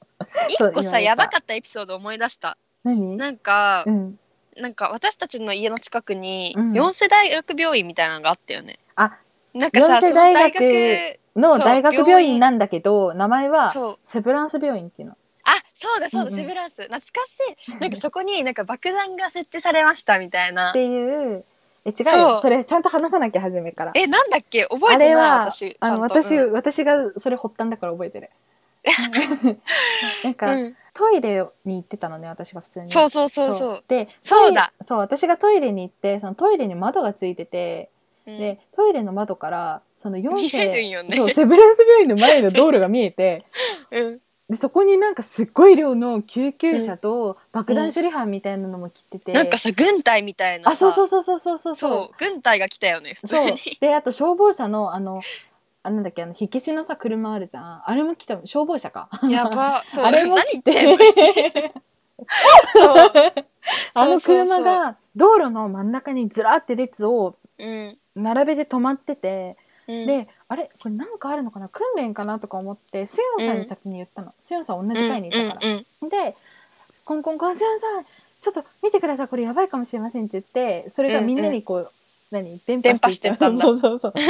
そう
一個
言わ
さ
れた
やばかったエピソード思い出した
何
なんか
うん。
なんか私たちの家の近くに
うん
四世大学病院みたいなのがあったよね
あ
なんかさ
四
そ
世
の
大
大
学
学
の
そう
大学
病院
病院なんだけど、名前は、
そう
セブランス病院っていうの。
あそうだそうだ、
うんうん
セブランス懐かしいなんかそこになんか爆弾が設置されましたみたい
っ
な
ていう、え、違う
そう
よ。それちゃんと話さなきゃ、初めから。
えなんだっけ覚
あ
えて
れ
ない
は
私ち、
あ
ゃん
の、
と
私、
うん
私がそれ発端だから覚え てる。なんか、
うん
トイレに行ってたのね、私が普通に。
そうそうそうそう
で、
そうだ
トイレそう、私がトイレに行って、そのトイレに窓がついてて、
うん
で、トイレの窓から、その4
見えるんよ
世、
ね
そう、セブランス病院の前の道路が見えて、
うん
で、そこになんかすっごい量の救急車と爆弾処理班みたいなのも来てて、
なんかさ軍隊みたいな
あ、
さ
そうそうそうそうそうそう。
そう軍隊が来たよね普通
そう
に。
で、あと消防車の、あの、あなんだっけ、あの、火消しのさ、車あるじゃん。あれも来た、消防車か。
やばそう
あれも来
何言ってん
て
の。 そう
あの
そうそうそ
車
う
が、道路の真ん中にずらーって列を
うん
並べて止まってて、
うん
で、あれこれなんかあるのかな訓練かなとか思って、スヨンさんに先に言ったの。スヨンさん同じ階にいたから。
うんうん
で、コンコンコン、すいません、ちょっと見てください、これやばいかもしれませんって言って、それがみんなにこう、何電波してい
電波してったんだ
そう そうそう。で、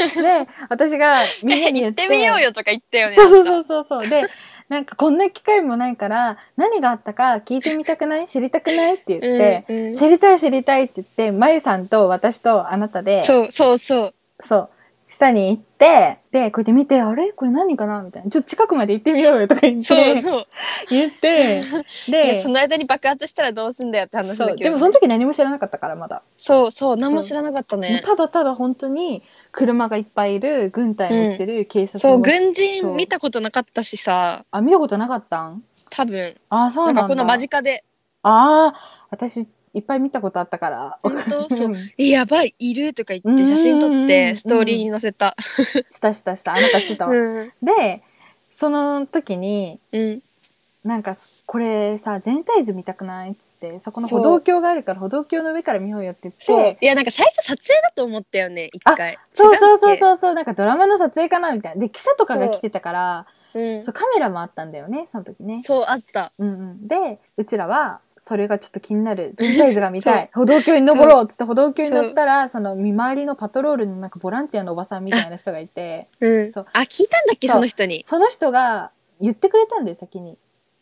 私がみんなに
う
言っ。
ん行っててみようよとか言ったよね
そうそう
なんか
そうそうそう。で、なんかこんな機会もないから、何があったか聞いてみたくない知りたくないって言って、
うんうん
知りたい知りたいって言って、まゆさんと私とあなたで、
そうそうそう。
そう。下に行って、で、こうやって見て、あれこれ何かなみたいな。ちょっと近くまで行ってみようよとか言って、
そうそう。
言っ て、
で、
で、
その間に爆発したらどうすんだよって話だ
そ
け
う
ど。
でもその時何も知らなかったから、まだ。
そうそう、何も知らなかったね。
ただただ本当に、車がいっぱいいる、軍隊も来てる、警察
そう、
も来てる。
軍
そう
人見たことなかったしさ、
あ、見たことなかったん
多分、
あ、そうな
な
ん
ん
だ。
かこの間近で、
ああ、私、いっぱい見たことあったから。
本当そうう、
ん。
えやばい、いるとか言っ
う
て
んうんうん
写真撮って、ストーリーに載せた。
したしたした。あなたしてたわ。
うん。
で、その時に、
うん。
なんか、これさ、全体図見たくないっつって、そこの
そう
歩道橋があるから歩道橋の上から見ようよって言って、
そう。いや、なんか最初撮影だと思ったよね、一回。
そうそうそう
う。
そうそう、なんかドラマの撮影かなみたいな。で、記者とかが来てたから、
うん
そう、カメラもあったんだよね、その時ね。
そう、あった。
うんうん。で、うちらは、それがちょっと気になる。全体図が見た い。歩道橋に登ろうっつって歩道橋に乗ったら、その見回りのパトロールのなんかボランティアのおばさんみたいな人がいて、
うん。
そう
あ、聞いたんだっけ、
そう
その人に。
その人が言ってくれたんだよ、先に。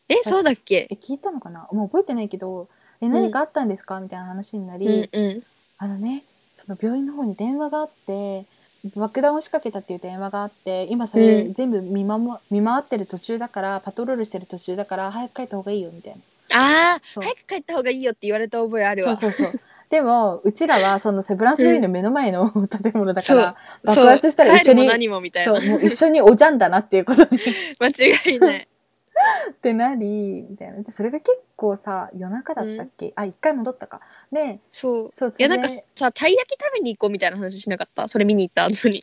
え、そうだっけ
え、聞いたのかなもう覚えてないけど、え、何かあったんですかみたいな話になり、
うんうん。
あのね、その病院の方に電話があって、爆弾を仕掛けたっていう電話があって、今それ
う
全部見守、見回ってる途中だから、パトロールしてる途中だから、早く帰った方がいいよ、みたいな。
ああ、
そう
早く帰った方がいいよって言われた覚えある
そ
わ。
うそうそう。でも、うちらは、そのセブランス病院の目の前の 建物だから、
そう
爆発したら一緒に
帰るも何もみたい
そう、
な。
もう一緒におじゃんだなっていうことに
間違いない。
って なり、みたいな。で、それが結構さ、夜中だったっけ、あ、一回戻ったか。で、
そう。
そう、そ
いや
れで
なんかさたい焼き食べに行こうみたいな話しなかったそれ見に行った後に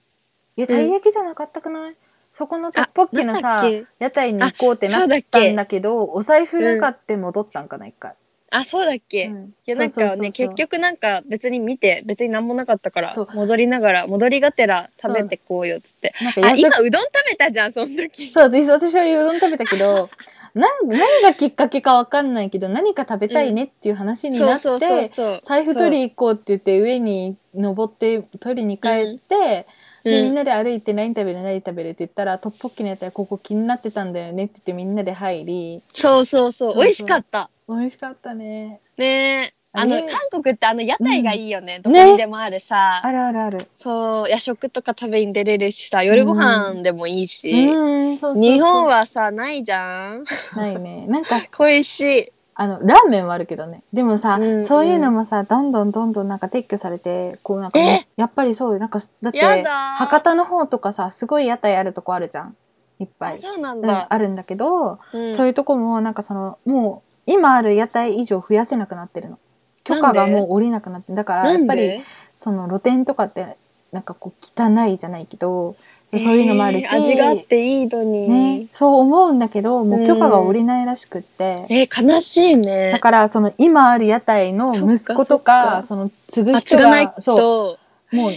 いや、たい焼きじゃなかったくない、そこのトッポッキの
な
さ
んだっ、け
屋台に行こうってなったんだけど、お財布なかって戻ったんかな、一回。
あそうだっけ、
う
い
ん
やなんかね結、局なんか別に見て別に何もなかったから
そう
戻りながら戻りがてら食べてこうよっつって
そうそうそう
あ
なんか夜
今
食
うどん食べたじゃんその時
そう、私私はうどん食べたけど、 なん何がきっかけかわかんないけど、何か食べたいねっていう話に
そ
な
う
っ
そうそう
て、
そう
財布取り行こうって言って、上に登って取りに帰って、
う
で、みん
ん
なで歩いて何食べる何食べるって言ったら、トッポッキの屋台ここ気になってたんだよねって言ってみんなで入り、
そうそう
そ
そう
うそう
美味しかった
美味しかったね。
ねえあの
あれ
韓国ってあの屋台がいいよね、ど
ね
こにでもあるさ、
あるあるある。
そう夜食とか食べに出れるしさ夜ご飯でもいいし、
うん、そうそうそう
日本はさないじゃん
ないね。なんか
恋しい
あの、ラーメンはあるけどね。でもさ、
うんうん
そういうのもさ、どんどんどんどんなんか撤去されて、こうなんかね、やっぱりそう、なんか、だって、
やだー
博多の方とかさ、すごい屋台あるとこあるじゃん。いっぱ
あ
い。
そうなん
うん
だ、
あるんだけど、
うん
そういうとこもなんかその、もう、今ある屋台以上増やせなくなってるの。許可
な
が
んで
もう降りなくなってだから、
な
やっ
ん
ぱ
で
り、その露店とかって、なんかこう、汚いじゃないけど、そういうのもあるし、
えー味があっていいのに、
ね、そう思うんだけど、もう許可が下りないらしくって、
えー悲しい
だ
ね
からその今ある屋台の息子とかその継ぐ
あ
人
継がない
が
と
そ
そう
もう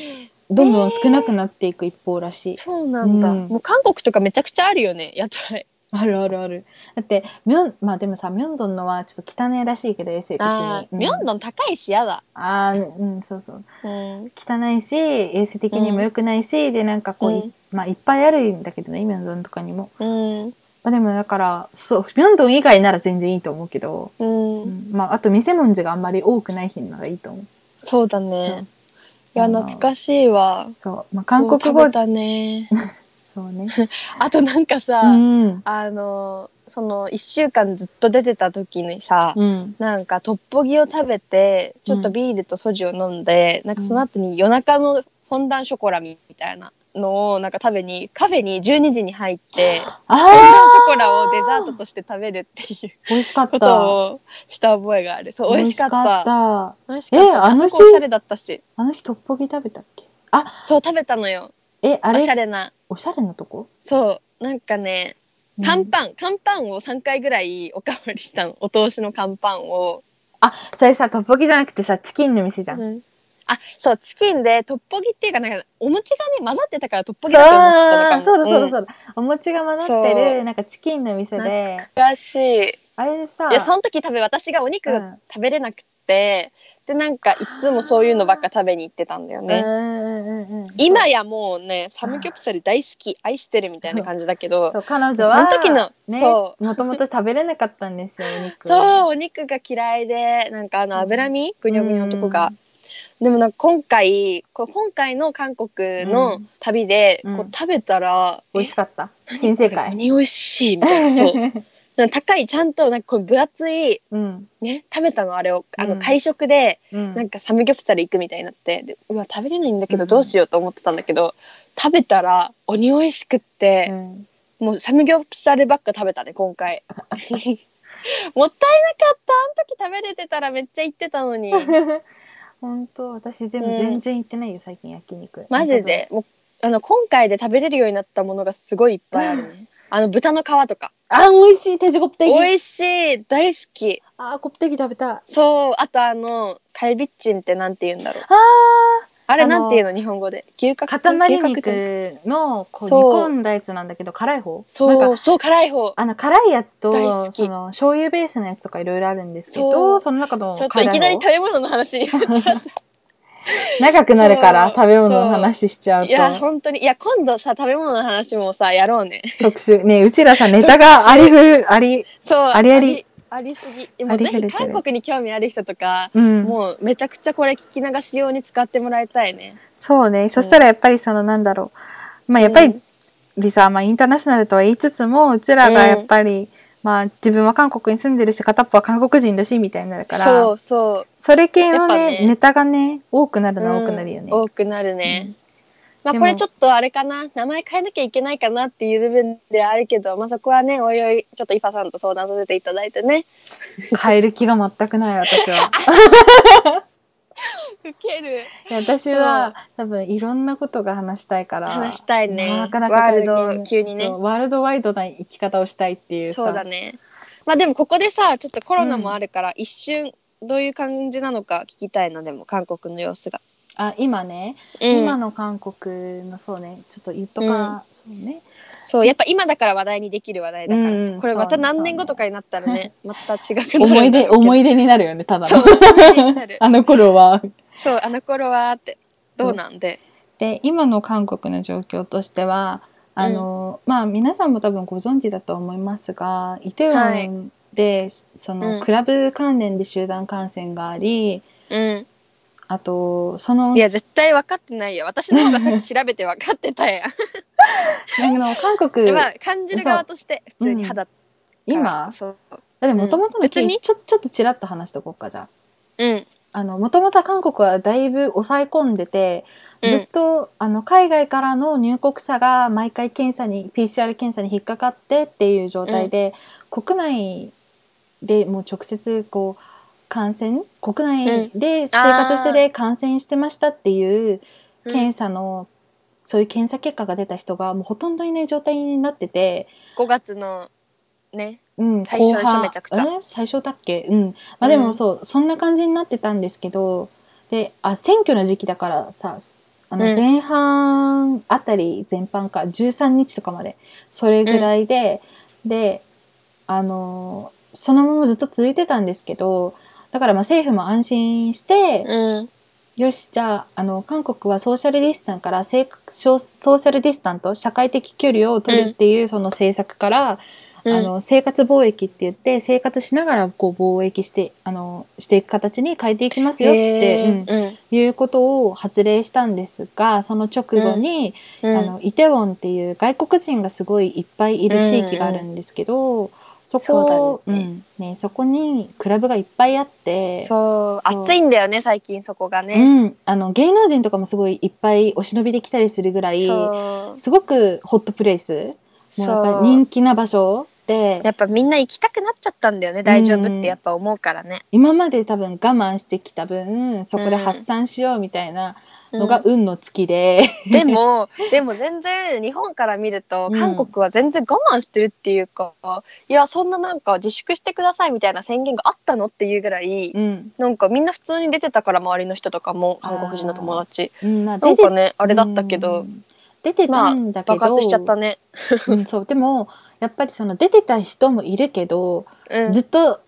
どんどん少なくなっていく一方らし
う
い、
なんだ、
うん
もう韓国とかめちゃくちゃあるよね屋台
あるあるあるだってミョンまあでもさミョンドンのはちょっと汚いらしいけど衛生的に
あーミョン
ン
ドン高いしやだ、
あーうんそうそう
うん、
汚いし衛生的にも良くないし、でなんかこう、い
うん
まあいっぱいあるんだけどねミョンドンとかにも、
うん
まあ、でもだからそうミョンドン以外なら全然いいと思うけど、
うん
うんまああと店文字があんまり多くない日ならいいと思う
そうだ
うん
ね、いや懐かしいわ
そう、まあ、韓国
そう
語
食べたね
そうね
あとなんかさ、
うん
あのその1週間ずっと出てた時にさ、
うん
なんかトッポギを食べてちょっとビールとソジュを飲んで、なんかその後に夜中のフォンダンショコラみたいなのをなんか食べにカフェに12時に入って
ああ
フォンダンショコ
ー
ラをデザートとして食べるっていう
美味しかっ
こ
た。
とをした覚えがあるそう美味しかった
た。
美味しかった
えあの日
あそこおしゃれだったし
あの日トッポギ食べたっけあ、
そう食べたのよ
え、あ
おしゃ
れ、
れな
おしゃれなとこ
そうなんかね乾パン、乾パンを3回ぐらいおかわりしたのお通しの乾パンを、
うんそれさ、トッポギじゃなくてさ、チキンの店じゃん。そう
うんあそうチキンでトッポギっていうかなんかお餅がね混ざってたからトッポギだと思ってたのかも
そうだそうだ
う
そうだ。お餅が混ざって
そ
る、なんかチキンの店で、
んらしい
あれさ、
いやその時食べ私がお肉
う
が
ん
食べれなくて、でなんかいつもそういうのばっか食べに行ってたんだよね。
うんうんうんうん
今やもうねサムギョプサル大好き愛してるみたいな感じだけど
そう彼
そ
女は
の時の、
ね
そう
もともと食べれなかったんですよお肉
そうお肉が嫌いでなんかあの脂身ぐにょぐにょのとこが、でもなんか今回こ今回の韓国の旅で、
うん
こう食べたら、
美味しかった新世界
何美味しいみたい なそうなんか高いちゃんとなんかこう分厚い
うん
ね食べたのあれをあ
う
の
ん
会食で、
うん
なんかサムギョプサル行くみたいになってでうわ食べれないんだけ
う
ど
ん
どうしようと思ってたんだけど、食べたら鬼美味しくって
う、ん
もうサムギョプサルばっか食べたね今回 もったいなかったあの時食べれてたらめっちゃ行ってた のに
本当私全部
うん
全然行ってないよ最近焼肉
マジでもうあの今回で食べれるようになったものがすごいいっぱいある ねあの豚の皮とか
あ美味しい手ジコプテギ
美味しい大好き
あコプテギ食べたい
そうあとあのカイビッチンってなんて言うんだろう
あ
あれ
あの
なんていうの日本語で牛角
塊
牛角じゃん
肉のこう煮
そう
込んだやつなんだけど辛い方なん
そう
か
そう辛い方
あの辛いやつ
大好
と
き
その醤油ベースのやつとかいろいろあるんですけ
そ
ど
う
その中の
ちょっと
辛
い
い
きなり
方
食べ物の話になっちゃっ
長くなるから
そう
食べ物の話しちゃ
た
う
いや
と
本当にいや今度さ食べ物の話もさやろうね
特集ねうちらさネタがありふあり
そう。
ありあり
あり。ありすぎ。でも
あ
う
り
ぜ
ふれてる
ひ韓国に興味ある人とか、
うん
もうめちゃくちゃこれ聞き流し用に使ってもらいたいね。
そうね。そしたらやっぱりそのなんだろう。まあやっぱりリサ、まあインターナショナルとは言いつつも、うちらがやっぱり、まあ自分は韓国に住んでるし、片っぽは韓国人だし、みたいになるから、
そうそ
それ系の
やっ
ね
ぱね
ネタがね、多くな
う。
るのは多くなるよね。
うん多くなるね。まあ
でも
これちょっとあれかな。名前変えなきゃいけないかなっていう部分ではあるけど、まあそこはね、おいおい、ちょっとイファさんと相談させていただいてね。
変える気が全くない、私 は。
ウケる。
いや私は多分いろんなことが話したいから。
話したいね。
なかなか
ワ
変える
ール
気が
ド急にね
そ。うワールドワイドな生き方をしたいっていうさ
そうだね。まあでもここでさ、ちょっとコロナもあるから、一瞬、どういう感じなのか聞きたいな、でも、韓国の様子が。
あ、今ね、
うん
今の韓国のそうね、ちょっと言っとか、そうね。
そうやっぱ今だから話題にできる話題だからさ、
うん
これま
そ
た
うね
何年後とかになったらねまた違くなる
思い出、思
い
い出になるよね、ただ
そ
の。
う思い出になる
あの頃は。
そうあの頃はってどうなんで、
で、今の韓国の状況としては、あの、まあ皆さんも多分ご存知だと思いますが、イテウォンで、その、
うん
クラブ関連で集団感染があり、
うん
あと、その、
いや絶対分かってないよ私の方がさっき調べて分かってたやん
あの韓 国、
まあ感じる側として普通に肌から、
今、
そう
だってもともとの
別
件、
に
ちょ、ちょっとちらっと話しとこうか、じゃあ。
うん
あの、もともと韓国はだいぶ抑え込んでて、
うん
ずっと、あの、海外からの入国者が毎回検査に、PCR 検査に引っかかってっていう状態で、国内でもう直接、こう、感染国内で生活して
あ
で感染してましたっていう
うん
検査の、そういう検査結果が出た人がもうほとんどいない状態になってて、
5月のね
うん、
最初でしょ
後半
めちゃくちゃ
え最初だっけうん。まあで
う
も
ん
そう、そんな感じになってたんですけど、で、あ、選挙の時期だからさ、あの、
うん
前半あたり全般か、13日とかまで、それぐらいで、で、あのーそのままずっと続いてたんですけど、だからまあ政府も安心して、
うん
よし、じゃあ、あの、韓国はソーシャルディスタンから、せいソーシャルディスタント、社会的距離を取るっていう、その政策から、
うん
あの生活貿易って言って生活しながらこう貿易してあのしていく形に変えていきますよって、
へーうん
うんいうことを発令したんですがその直後に、
うん
あのイテウォンっていう外国人がすごいいっぱいいる地域があるんですけど、そこ
そうだね
うんね、そこにクラブがいっぱいあって。
そう
そう
暑いんだよね最近そこが
う
ね、
ん、あの芸能人とかもすごいいっぱいお忍びできたりするぐらい
そう
すごくホットプレイスもうやっぱ
そう
り人気な場所で
やっぱみんな行きたくなっちゃったんだよね大丈夫ってやっぱ思うからね。
今まで多分我慢してきた分そこで発散しようみたいなのが
う
運の尽きで、
んでもでも全然日本から見ると
うん
韓国は全然我慢してるっていうか、いやそんななんか自粛してくださいみたいな宣言があったのっていうぐらい、
うん
なんかみんな普通に出てたから周りの人とかも
あー
韓国人の友達
うんまあ
なん
出て
かねあれだったけど、
うん出てたんだけど、
爆発しちゃったね。
うんそうでもやっぱりその出てた人もいるけど、
うん
ずっと我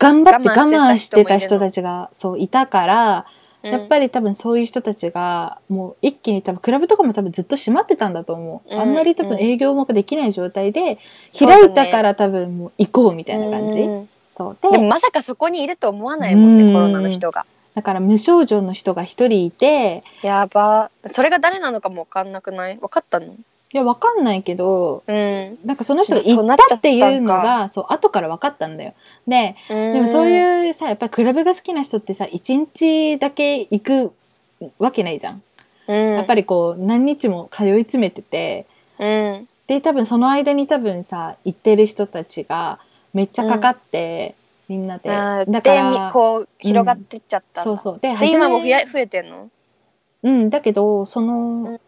頑張って我
我
慢
慢
し
してて
た
た
人
人
た
た
ちが、そう、いたから、やっぱり多分そういう人たちが、もう一気に多分、クラブとかも多分ずっと閉まってたんだと思う。
うん
あんまり多分
うん
営業うまくできない状態で、
そうだ
開
ね
いたから多分もう行こうみたいな感じ。
うん
そう。
で
で、
もまさかそこにいると思わないもんね、
うん
コロナの人が。
だから無症状の人が一人いて、
やば。それが誰なのかもわかんなくないわかったの
いや、わかんないけど、
うん。
なんかその人が
いやそう
行
な
っ
っちゃ
た
ったんか
っていうのが、そう、後から分かったんだよ。で、
で
でもそういうさ、やっぱりクラブが好きな人ってさ、一日だけ行くわけないじゃん。
うん、
や
や
っぱりこう、何日も通い詰めてて、
り、うん、
で、多分その間に多分さ、行ってる人たちがめっちゃかかって、みんなで。
あー
だか
で
ら
み、こう広がってっちゃったんだ、
そうそう。で、
で今も
初
増
め
や増えてんの
うん、だけど、その、
ん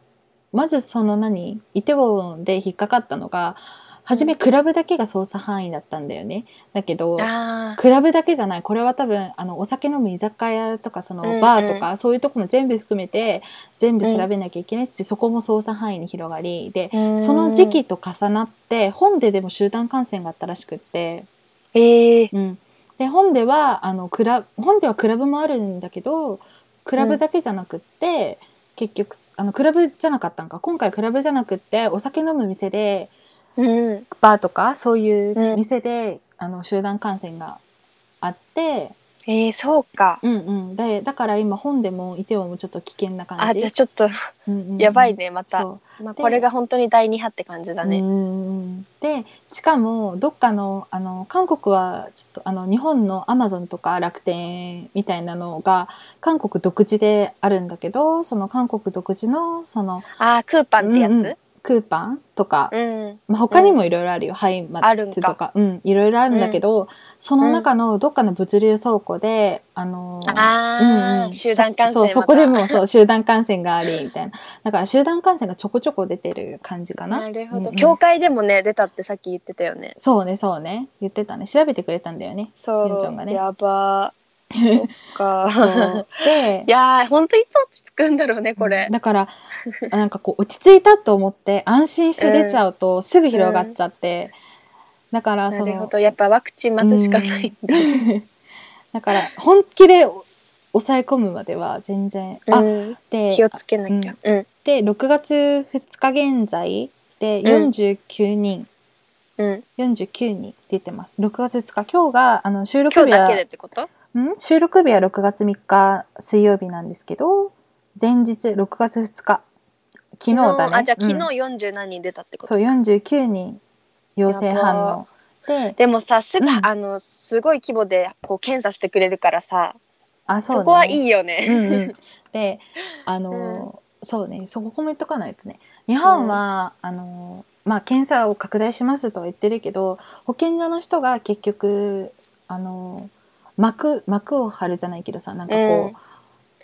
まずその何、イテウォンで引っかかったのが、はじめクラブだけが操作範囲だったんだよね。だけど、
あ
クラブだけじゃない。これは多分、あの、お酒飲む居酒屋とか、その、
うんうん
バーとか、そういうとこも全部含めて、全部調べなきゃいけないし、そこも操作範囲に広がり、で、
ー
その時期と重なって、本ででも集団感染があったらしくって、
ええ
うん。で、本では、あの、クラ、本ではクラブもあるんだけど、クラブだけじゃなくって、結局、あの、クラブじゃなかったんか。今回クラブじゃなくって、お酒飲む店で、
うん
バーとか、そういううん店で、あの、集団感染があって、
えー、そうか
うんうん。で、だから今本でもイテウォンもちょっと危険な感じ。
あじゃあちょっと
うんうんうん
やばい。ねまた、
そう。
まあ、
で
これが本当に第二波って感じだ
う
ね、
んうんうんで、しかも、どっかの、あの、韓国は、ちょっと、あの、日本のアマゾンとか楽天みたいなのが、韓国独自であるんだけど、その韓国独自の、その、
あークーパンってやつ
クーパンとか、
うん、
まあ、他にもいろいろあるよ。ハイマ
あ
ッ
るん
ツ
か
とか、うん、いろいろあるんだけど、その中のどっかの物流倉庫で、あの、
あー、集団感染
そう、
また
そこでもそう、集団感染があり、みたいな。だから集団感染がちょこちょこ出てる感じかな。
なるほど、
うんうん
教会でもね出たってさっき言ってたよね
そうね、そうね。言ってたね。調べてくれたんだよね。
そう
ユンちゃんがね
や ばーそっか
そうで
い、やー本当いつ落ち着くんだろうねこれ、
だから、なんかこう、落ち着いたと思って、安心して出ちゃうと、すぐ広がっちゃって、だから、
な
そ
るほ
の、
どやっぱワクチン待つしかないんだ、
だから、本気で抑え込むまでは全然、あっ
うん
て、
気をつけなきゃ、うん
で、6月2日現在で
うん
49人、
うん、
49人出てます。6月2日、今日が、あの、収録
今
日
日
は
だけでってこと
ん収録日は6月3日水曜日なんですけど前日6月2日昨日だね
あじゃ
う
あ
ん
昨日40何人出たってこと、
そう49人陽性反
や
応で
でもさすぐ、
うん
あのすごい規模でこう検査してくれるからさ
あ
そ,、
そう、ね、
こはい
い、
いよね。
うんうん、 であのー、そうねそこも言っとかないとね日本は、あのーまあ検査を拡大しますとは言ってるけど保健所の人が結局あのー幕幕を張るじゃないけどさなんかこう、
うん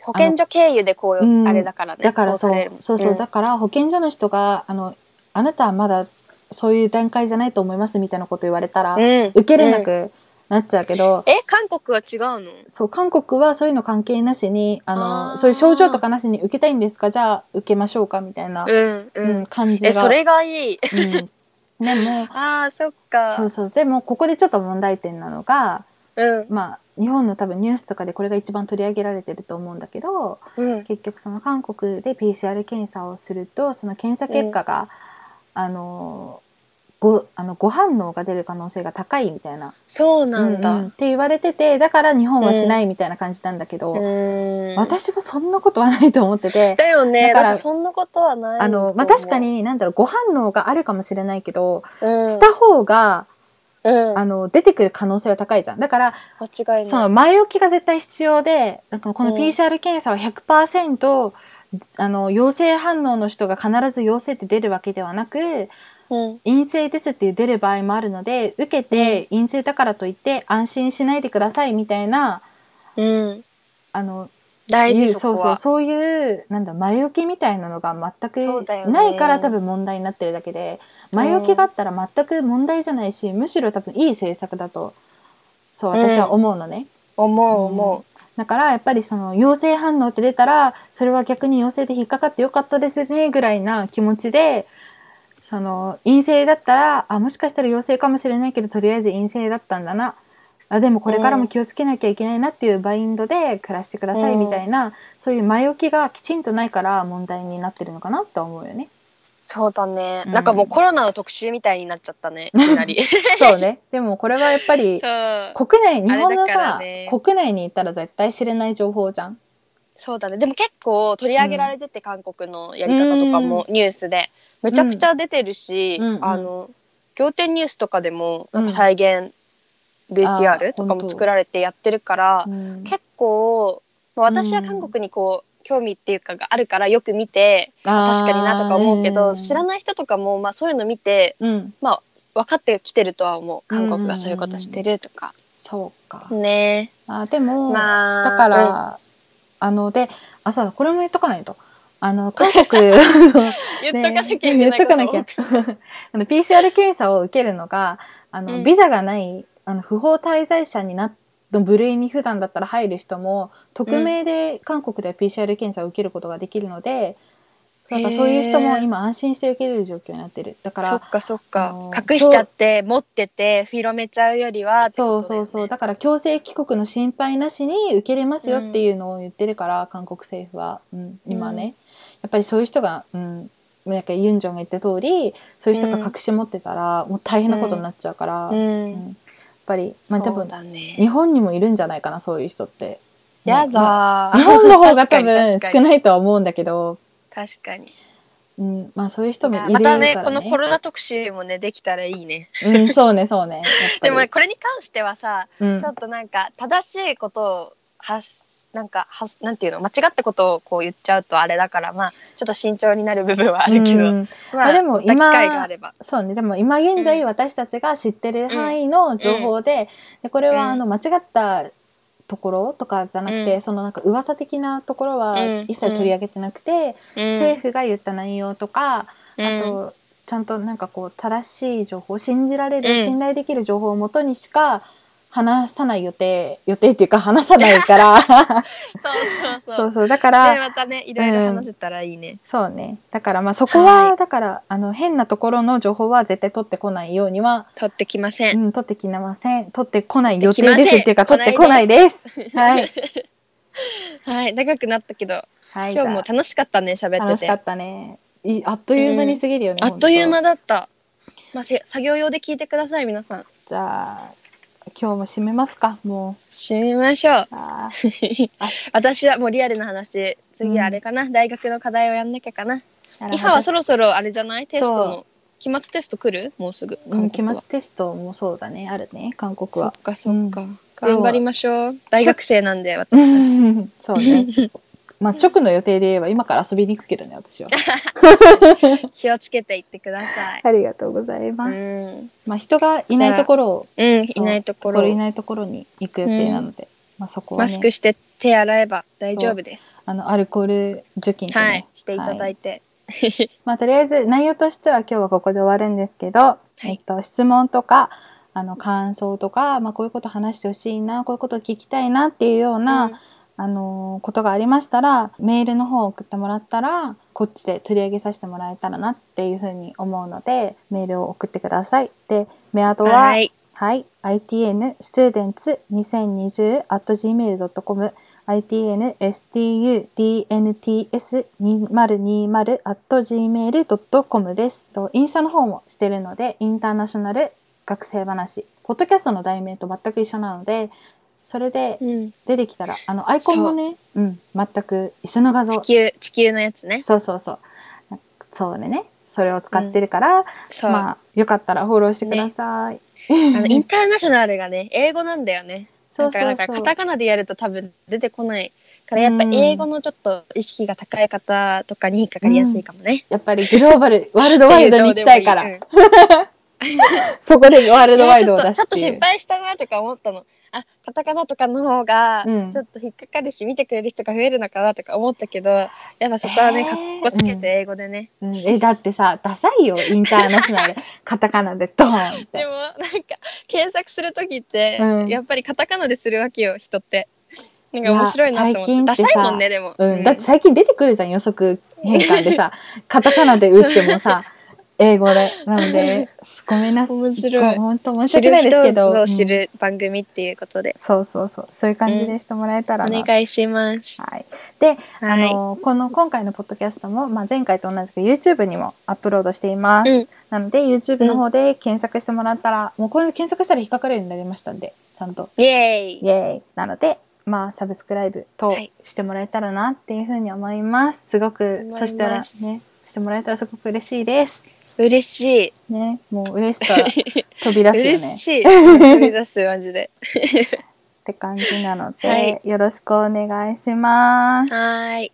保健所経由でこう、
うん
あれだからね。
だからそ
こされ
う
るもん
そうそう、
ん
だから保健所の人があのあなたはまだそういう段階じゃないと思いますみたいなこと言われたら、
うん
受けれな
うん
くなっちゃうけど、
え韓国は違うの
そう韓国はそういうの関係なしにあの
あー
そういう症状とかなしに受けたいんですかじゃあ受けましょうかみたいな、
うん
う
うんん。
感じが。
えそれがいい。
うん、でも
あ あそっか。
そうそうでもここでちょっと問題点なのが、
うん
まあ、日本の多分ニュースとかでこれが一番取り上げられてると思うんだけど、
うん
結局その韓国で PCR 検査をするとその検査結果が、あのごあのご反応が出る可能性が高いみたいな
そうなんだ。
ううって言われててだから日本はしないみたいな感じなんだけど、
うん
私はそんなことはないと思ってて。
だよ
だ
ねだ
から
からそんなことはない
あのまあ、
と思う
確か、になんだろうご反応があるかもしれないけど、
うん、
した方が
うん、
あの出てくる可能性は高いじゃんだから
間違い
そ
な
の
い。
前置きが絶対必要で、なんかこの
うん
PCR 検査は100%、あの、陽性反応の人が必ず陽性って出るわけではなく、
うん
陰性ですって出る場合もあるので、受けて陰性だからといって安心しないでくださいみたいな、
うん、
あの、
大
いう
事
そ
そうこ
そう、
は。
そういう、なんだ、前置きみたいなのが全
そうだよ
く
ね
ないから多分問題になってるだけで、前置きがあったら全く問題じゃないし、むしろ多分いい政策だと、そう、私は思うのね。
思う思う。
だからやっぱりその陽性反応って出たらそれは逆に陽性で引っかかってよかったですねぐらいな気持ちでその陰性だったらあもしかしたら陽性かもしれないけどとりあえず陰性だったんだなあでもこれからも気をつけなきゃいけないなっていうバインドで暮らしてくださいみたいな、そういう前置きがきちんとないから問題になってるのかなとは思うよね。
そうだね、
うん
なんかもうコロナの特集みたいになっちゃったねいきなり
そうね。でもこれはやっぱり
そう
国内日
あれ
本の
だから
さ、
ね
国内にいたら絶対知れない情報じゃん。
そうだねでも結構取り上げられてて、韓国のやり方とかもニュースでめちゃくちゃ出てるし、
うんうん
あの仰天ニュースとかでも
う
なんんか再
あ
現
ー
VTR と
本
か
当
も作られてやってるから、
うん
結構まあ私は
うん
韓国にこう興味っていうかがあるからよく見て
確
確かになとか思うけど、知ら
ない。
ない人とかも、まあ、そういうの見て
うん。
分かってきてるとは思う韓国がそういうことしてるとか、
そうか。
ね
あでも、
まあ
だか、
うん
ら、あの、で、あ、そうだ、これも言っとかないと。あ の、韓国、そう
言っと
ね
かなきゃいけな
言
い
っとかなき
こと
ゃ。 あの、PCR 検査を受けるのが、あの、
うん
ビザがない、あの、不法滞在者になっの部類に普段だったら入る人も、匿名で韓国では PCR 検査を受けることができるので、なんかそういう人も
へー
今安心して受けれる状況になってる。だか
そ
ら、
っかそっ
あ
か
の
隠しちゃって持ってて広めちゃうよりはって
そ
こ
う
とだ
そ
よね
うそう。だから強制帰国の心配なしに受けれますよっていうのを言ってるから、韓国政府は、うん、今ね、
うん
やっぱりそういう人が、うん、なんかユンジョンが言った通り、そういう人が
うん
隠し持ってたら、もう大変なことになっちゃうから、
う
やっ
ん
ぱり、まあ多
そう
分、
だね
日本にもいるんじゃないかな、そういう人って。
や
ねまあ
だー
日本の方が多分
確かに
少ないとは思うんだけど、
確かに
うん、まあそういう人もいるから、ね。
またねこのコロナ特集もねできたらいいね
うん、そうね、そうね。やっぱ
で
り
もこれに関してはさ
うん
ちょっとなんか正しいことを発なんか発なんていうの間違ったことをこう言っちゃうとあれだからまあちょっと慎重になる部分はあるけど、
うん
ま
あ
あ
でも
また機
今
会があれば
そうね。でも今現在
う
私たちが知ってる範囲の情報で、でこれ
う
は
ん
あの間違ったところとかじゃなくて、
うん
そのなんか噂的なところは
うん
一切取り上げてなくて、政府が言った内容とか、あ
うん
と、ちゃんとなんかこう正しい情報、信じられる、
うん
信頼できる情報をもとにしか話さない予定、予定っていうか話さないから、
そうそうそう
そうそう、だか
で
ら、
またねいろいろ話せたらいいね、
そうね。だからまあそこは、
は
だから、あの変なところの情報は絶対取ってこないようには、
取ってきません、
うん、取ってきません。取ってこない予
取っ
定で
てきません
すっていうか、取ってこないです。はい。
はい長くなったけど
はい。
今日も
じ
楽しかったね
ゃ
喋って
あ
て
楽しかったね。いあっという間に過ぎるよね。
あっという間
だ。
だった、まあ、せ作業用で聞いてください皆さん
じゃあ、今日も締めますか、も
締めましょう
う。あー
私はもうリアルな話次はあれかな、大学の課題をやんなきゃかな
なるほど
イハはそろそろあれじゃないテスト
そ
の期末テスト来るもうすぐ
うん期
韓国は
末テストもそうだね、あるね、韓国
そ
は
っ。かそっか、
う
頑張りましょう大学生なんで私
う
たち
んそうね。まあ、直の予定で言えば今から遊びに行くけどね、 私は。
気をつけていってください
ありがとうございます。
うん、
まあ、人がいないところを、
うん、いないところ
人いないところに行く予定なので、まあ、そこは
マ
ね
ス、クして手洗えば大丈夫です
あの、アルコール除菌とね
はい、していただいて。
まあ、とりあえず内容としては今日はここで終わるんですけど、
い
えっと、質問とかあの感想とか、まあ、こういうこと話してほしいなこういうこと聞きたいなっていうような、
うん
あのーことがありましたらメールの方を送ってもらったらこっちで取り上げさせてもらえたらなっていうふうに思うのでメールを送ってください。でメアドは、
はい、
はい、itnstudents2020.gmail.com itnstudents2020.gmail.com です。と、インスタの方もしてるので、インターナショナル学生話。ポッドキャストの題名と全く一緒なので、それで
うん、
出てきたら、あの、アイコンもね、うん、全く一緒の画像
地。球地球のやつね。
そうそうそう。そうでね、それを使ってるから、
そう、
まあ、よかったらフォローしてください。
あのインターナショナルがね、英語なんだよね。
そうそうそう
だからカタカナでやると多分出てこないから、やっぱ英語のちょっと意識が高い方とかに引っかかりやすいかもね。
やっぱりグローバル、ワールドワイドに行きたいから、
うん
そこでワールドワイ
ち
ド
ょ
を
っと
出
ちょ
し
っと
ていう
心配したなとか思ったの。あ、カタカナとかの方が
うん
ちょっと引っかかるし、見てくれる人が増えるのかなとか思ったけど、やっぱそこはね、
えー
かっこつけて英語でね。
うんえ、だってさ、ダサいよ、インターナショ ナル。カタカナでドーンっ
で
て。
もなんか検索する時って、
うん
やっぱりカタカナでするわけよ人ってなんか面白いなと思って
いや
ダ
最近っ
サ
てさ
いもんねでも、
うん、だって最近出てくるじゃん、予測変換でさ、カタカナで打ってもさ、英語で。なので、ごめんなさい。
面白い
本当申し
知
訳
る
ないですけど。
人ぞ
う
知
ん
る番組っていうことで、
そうそうそう。そういう感じでしてもらえたらな。
お願いします。
はい。で、あ
はい。
のこの今回のポッドキャストも、まあ、前回と同じく YouTube にもアップロードしています、
うん
なので YouTube の方で検索してもらったら、もうこれで検索したら引っかかるようになりましたんでちゃんと
イエー
イ
イ。
エーイなのでまあサブスクライブと
はい
してもらえたらなっていうふうに思いますすごく
思います
そしたらねしてもらえたらすごく嬉しいです
嬉しい。
ねもう嬉しさ飛び出すよね
嬉し い。飛び出すマジで。
って感じなので、
はい
よろしくお願いします
はーい。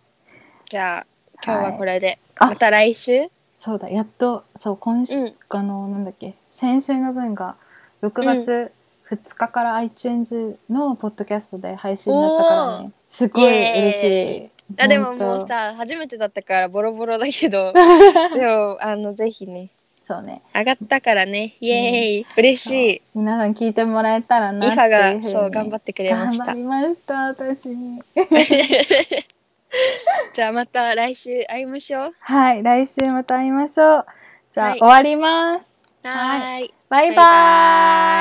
じゃあ今日はこれで、
はいあ
また来週。
そうだやっとそう今週、
うん。
あのなんだっけ先週の分が6月2日から iTunes のポッドキャストで配信だったからねすごい嬉し
イ
い
あでもも
本
う
当
さ初めてだったからボロボロだ けどでもあのぜひね
そうね
上がったからねイエーイ、嬉しいイ
そう皆さん聞いてもらえたら
フ
なって
ァ
いう
が
ふうに
そう頑張ってくれまし
頑張
た
りました私に
じゃあまた来週会いましょう
はい来週また会いましょうじゃあ、
はい
終わります
はーい
バイバ
バイバ
ーイ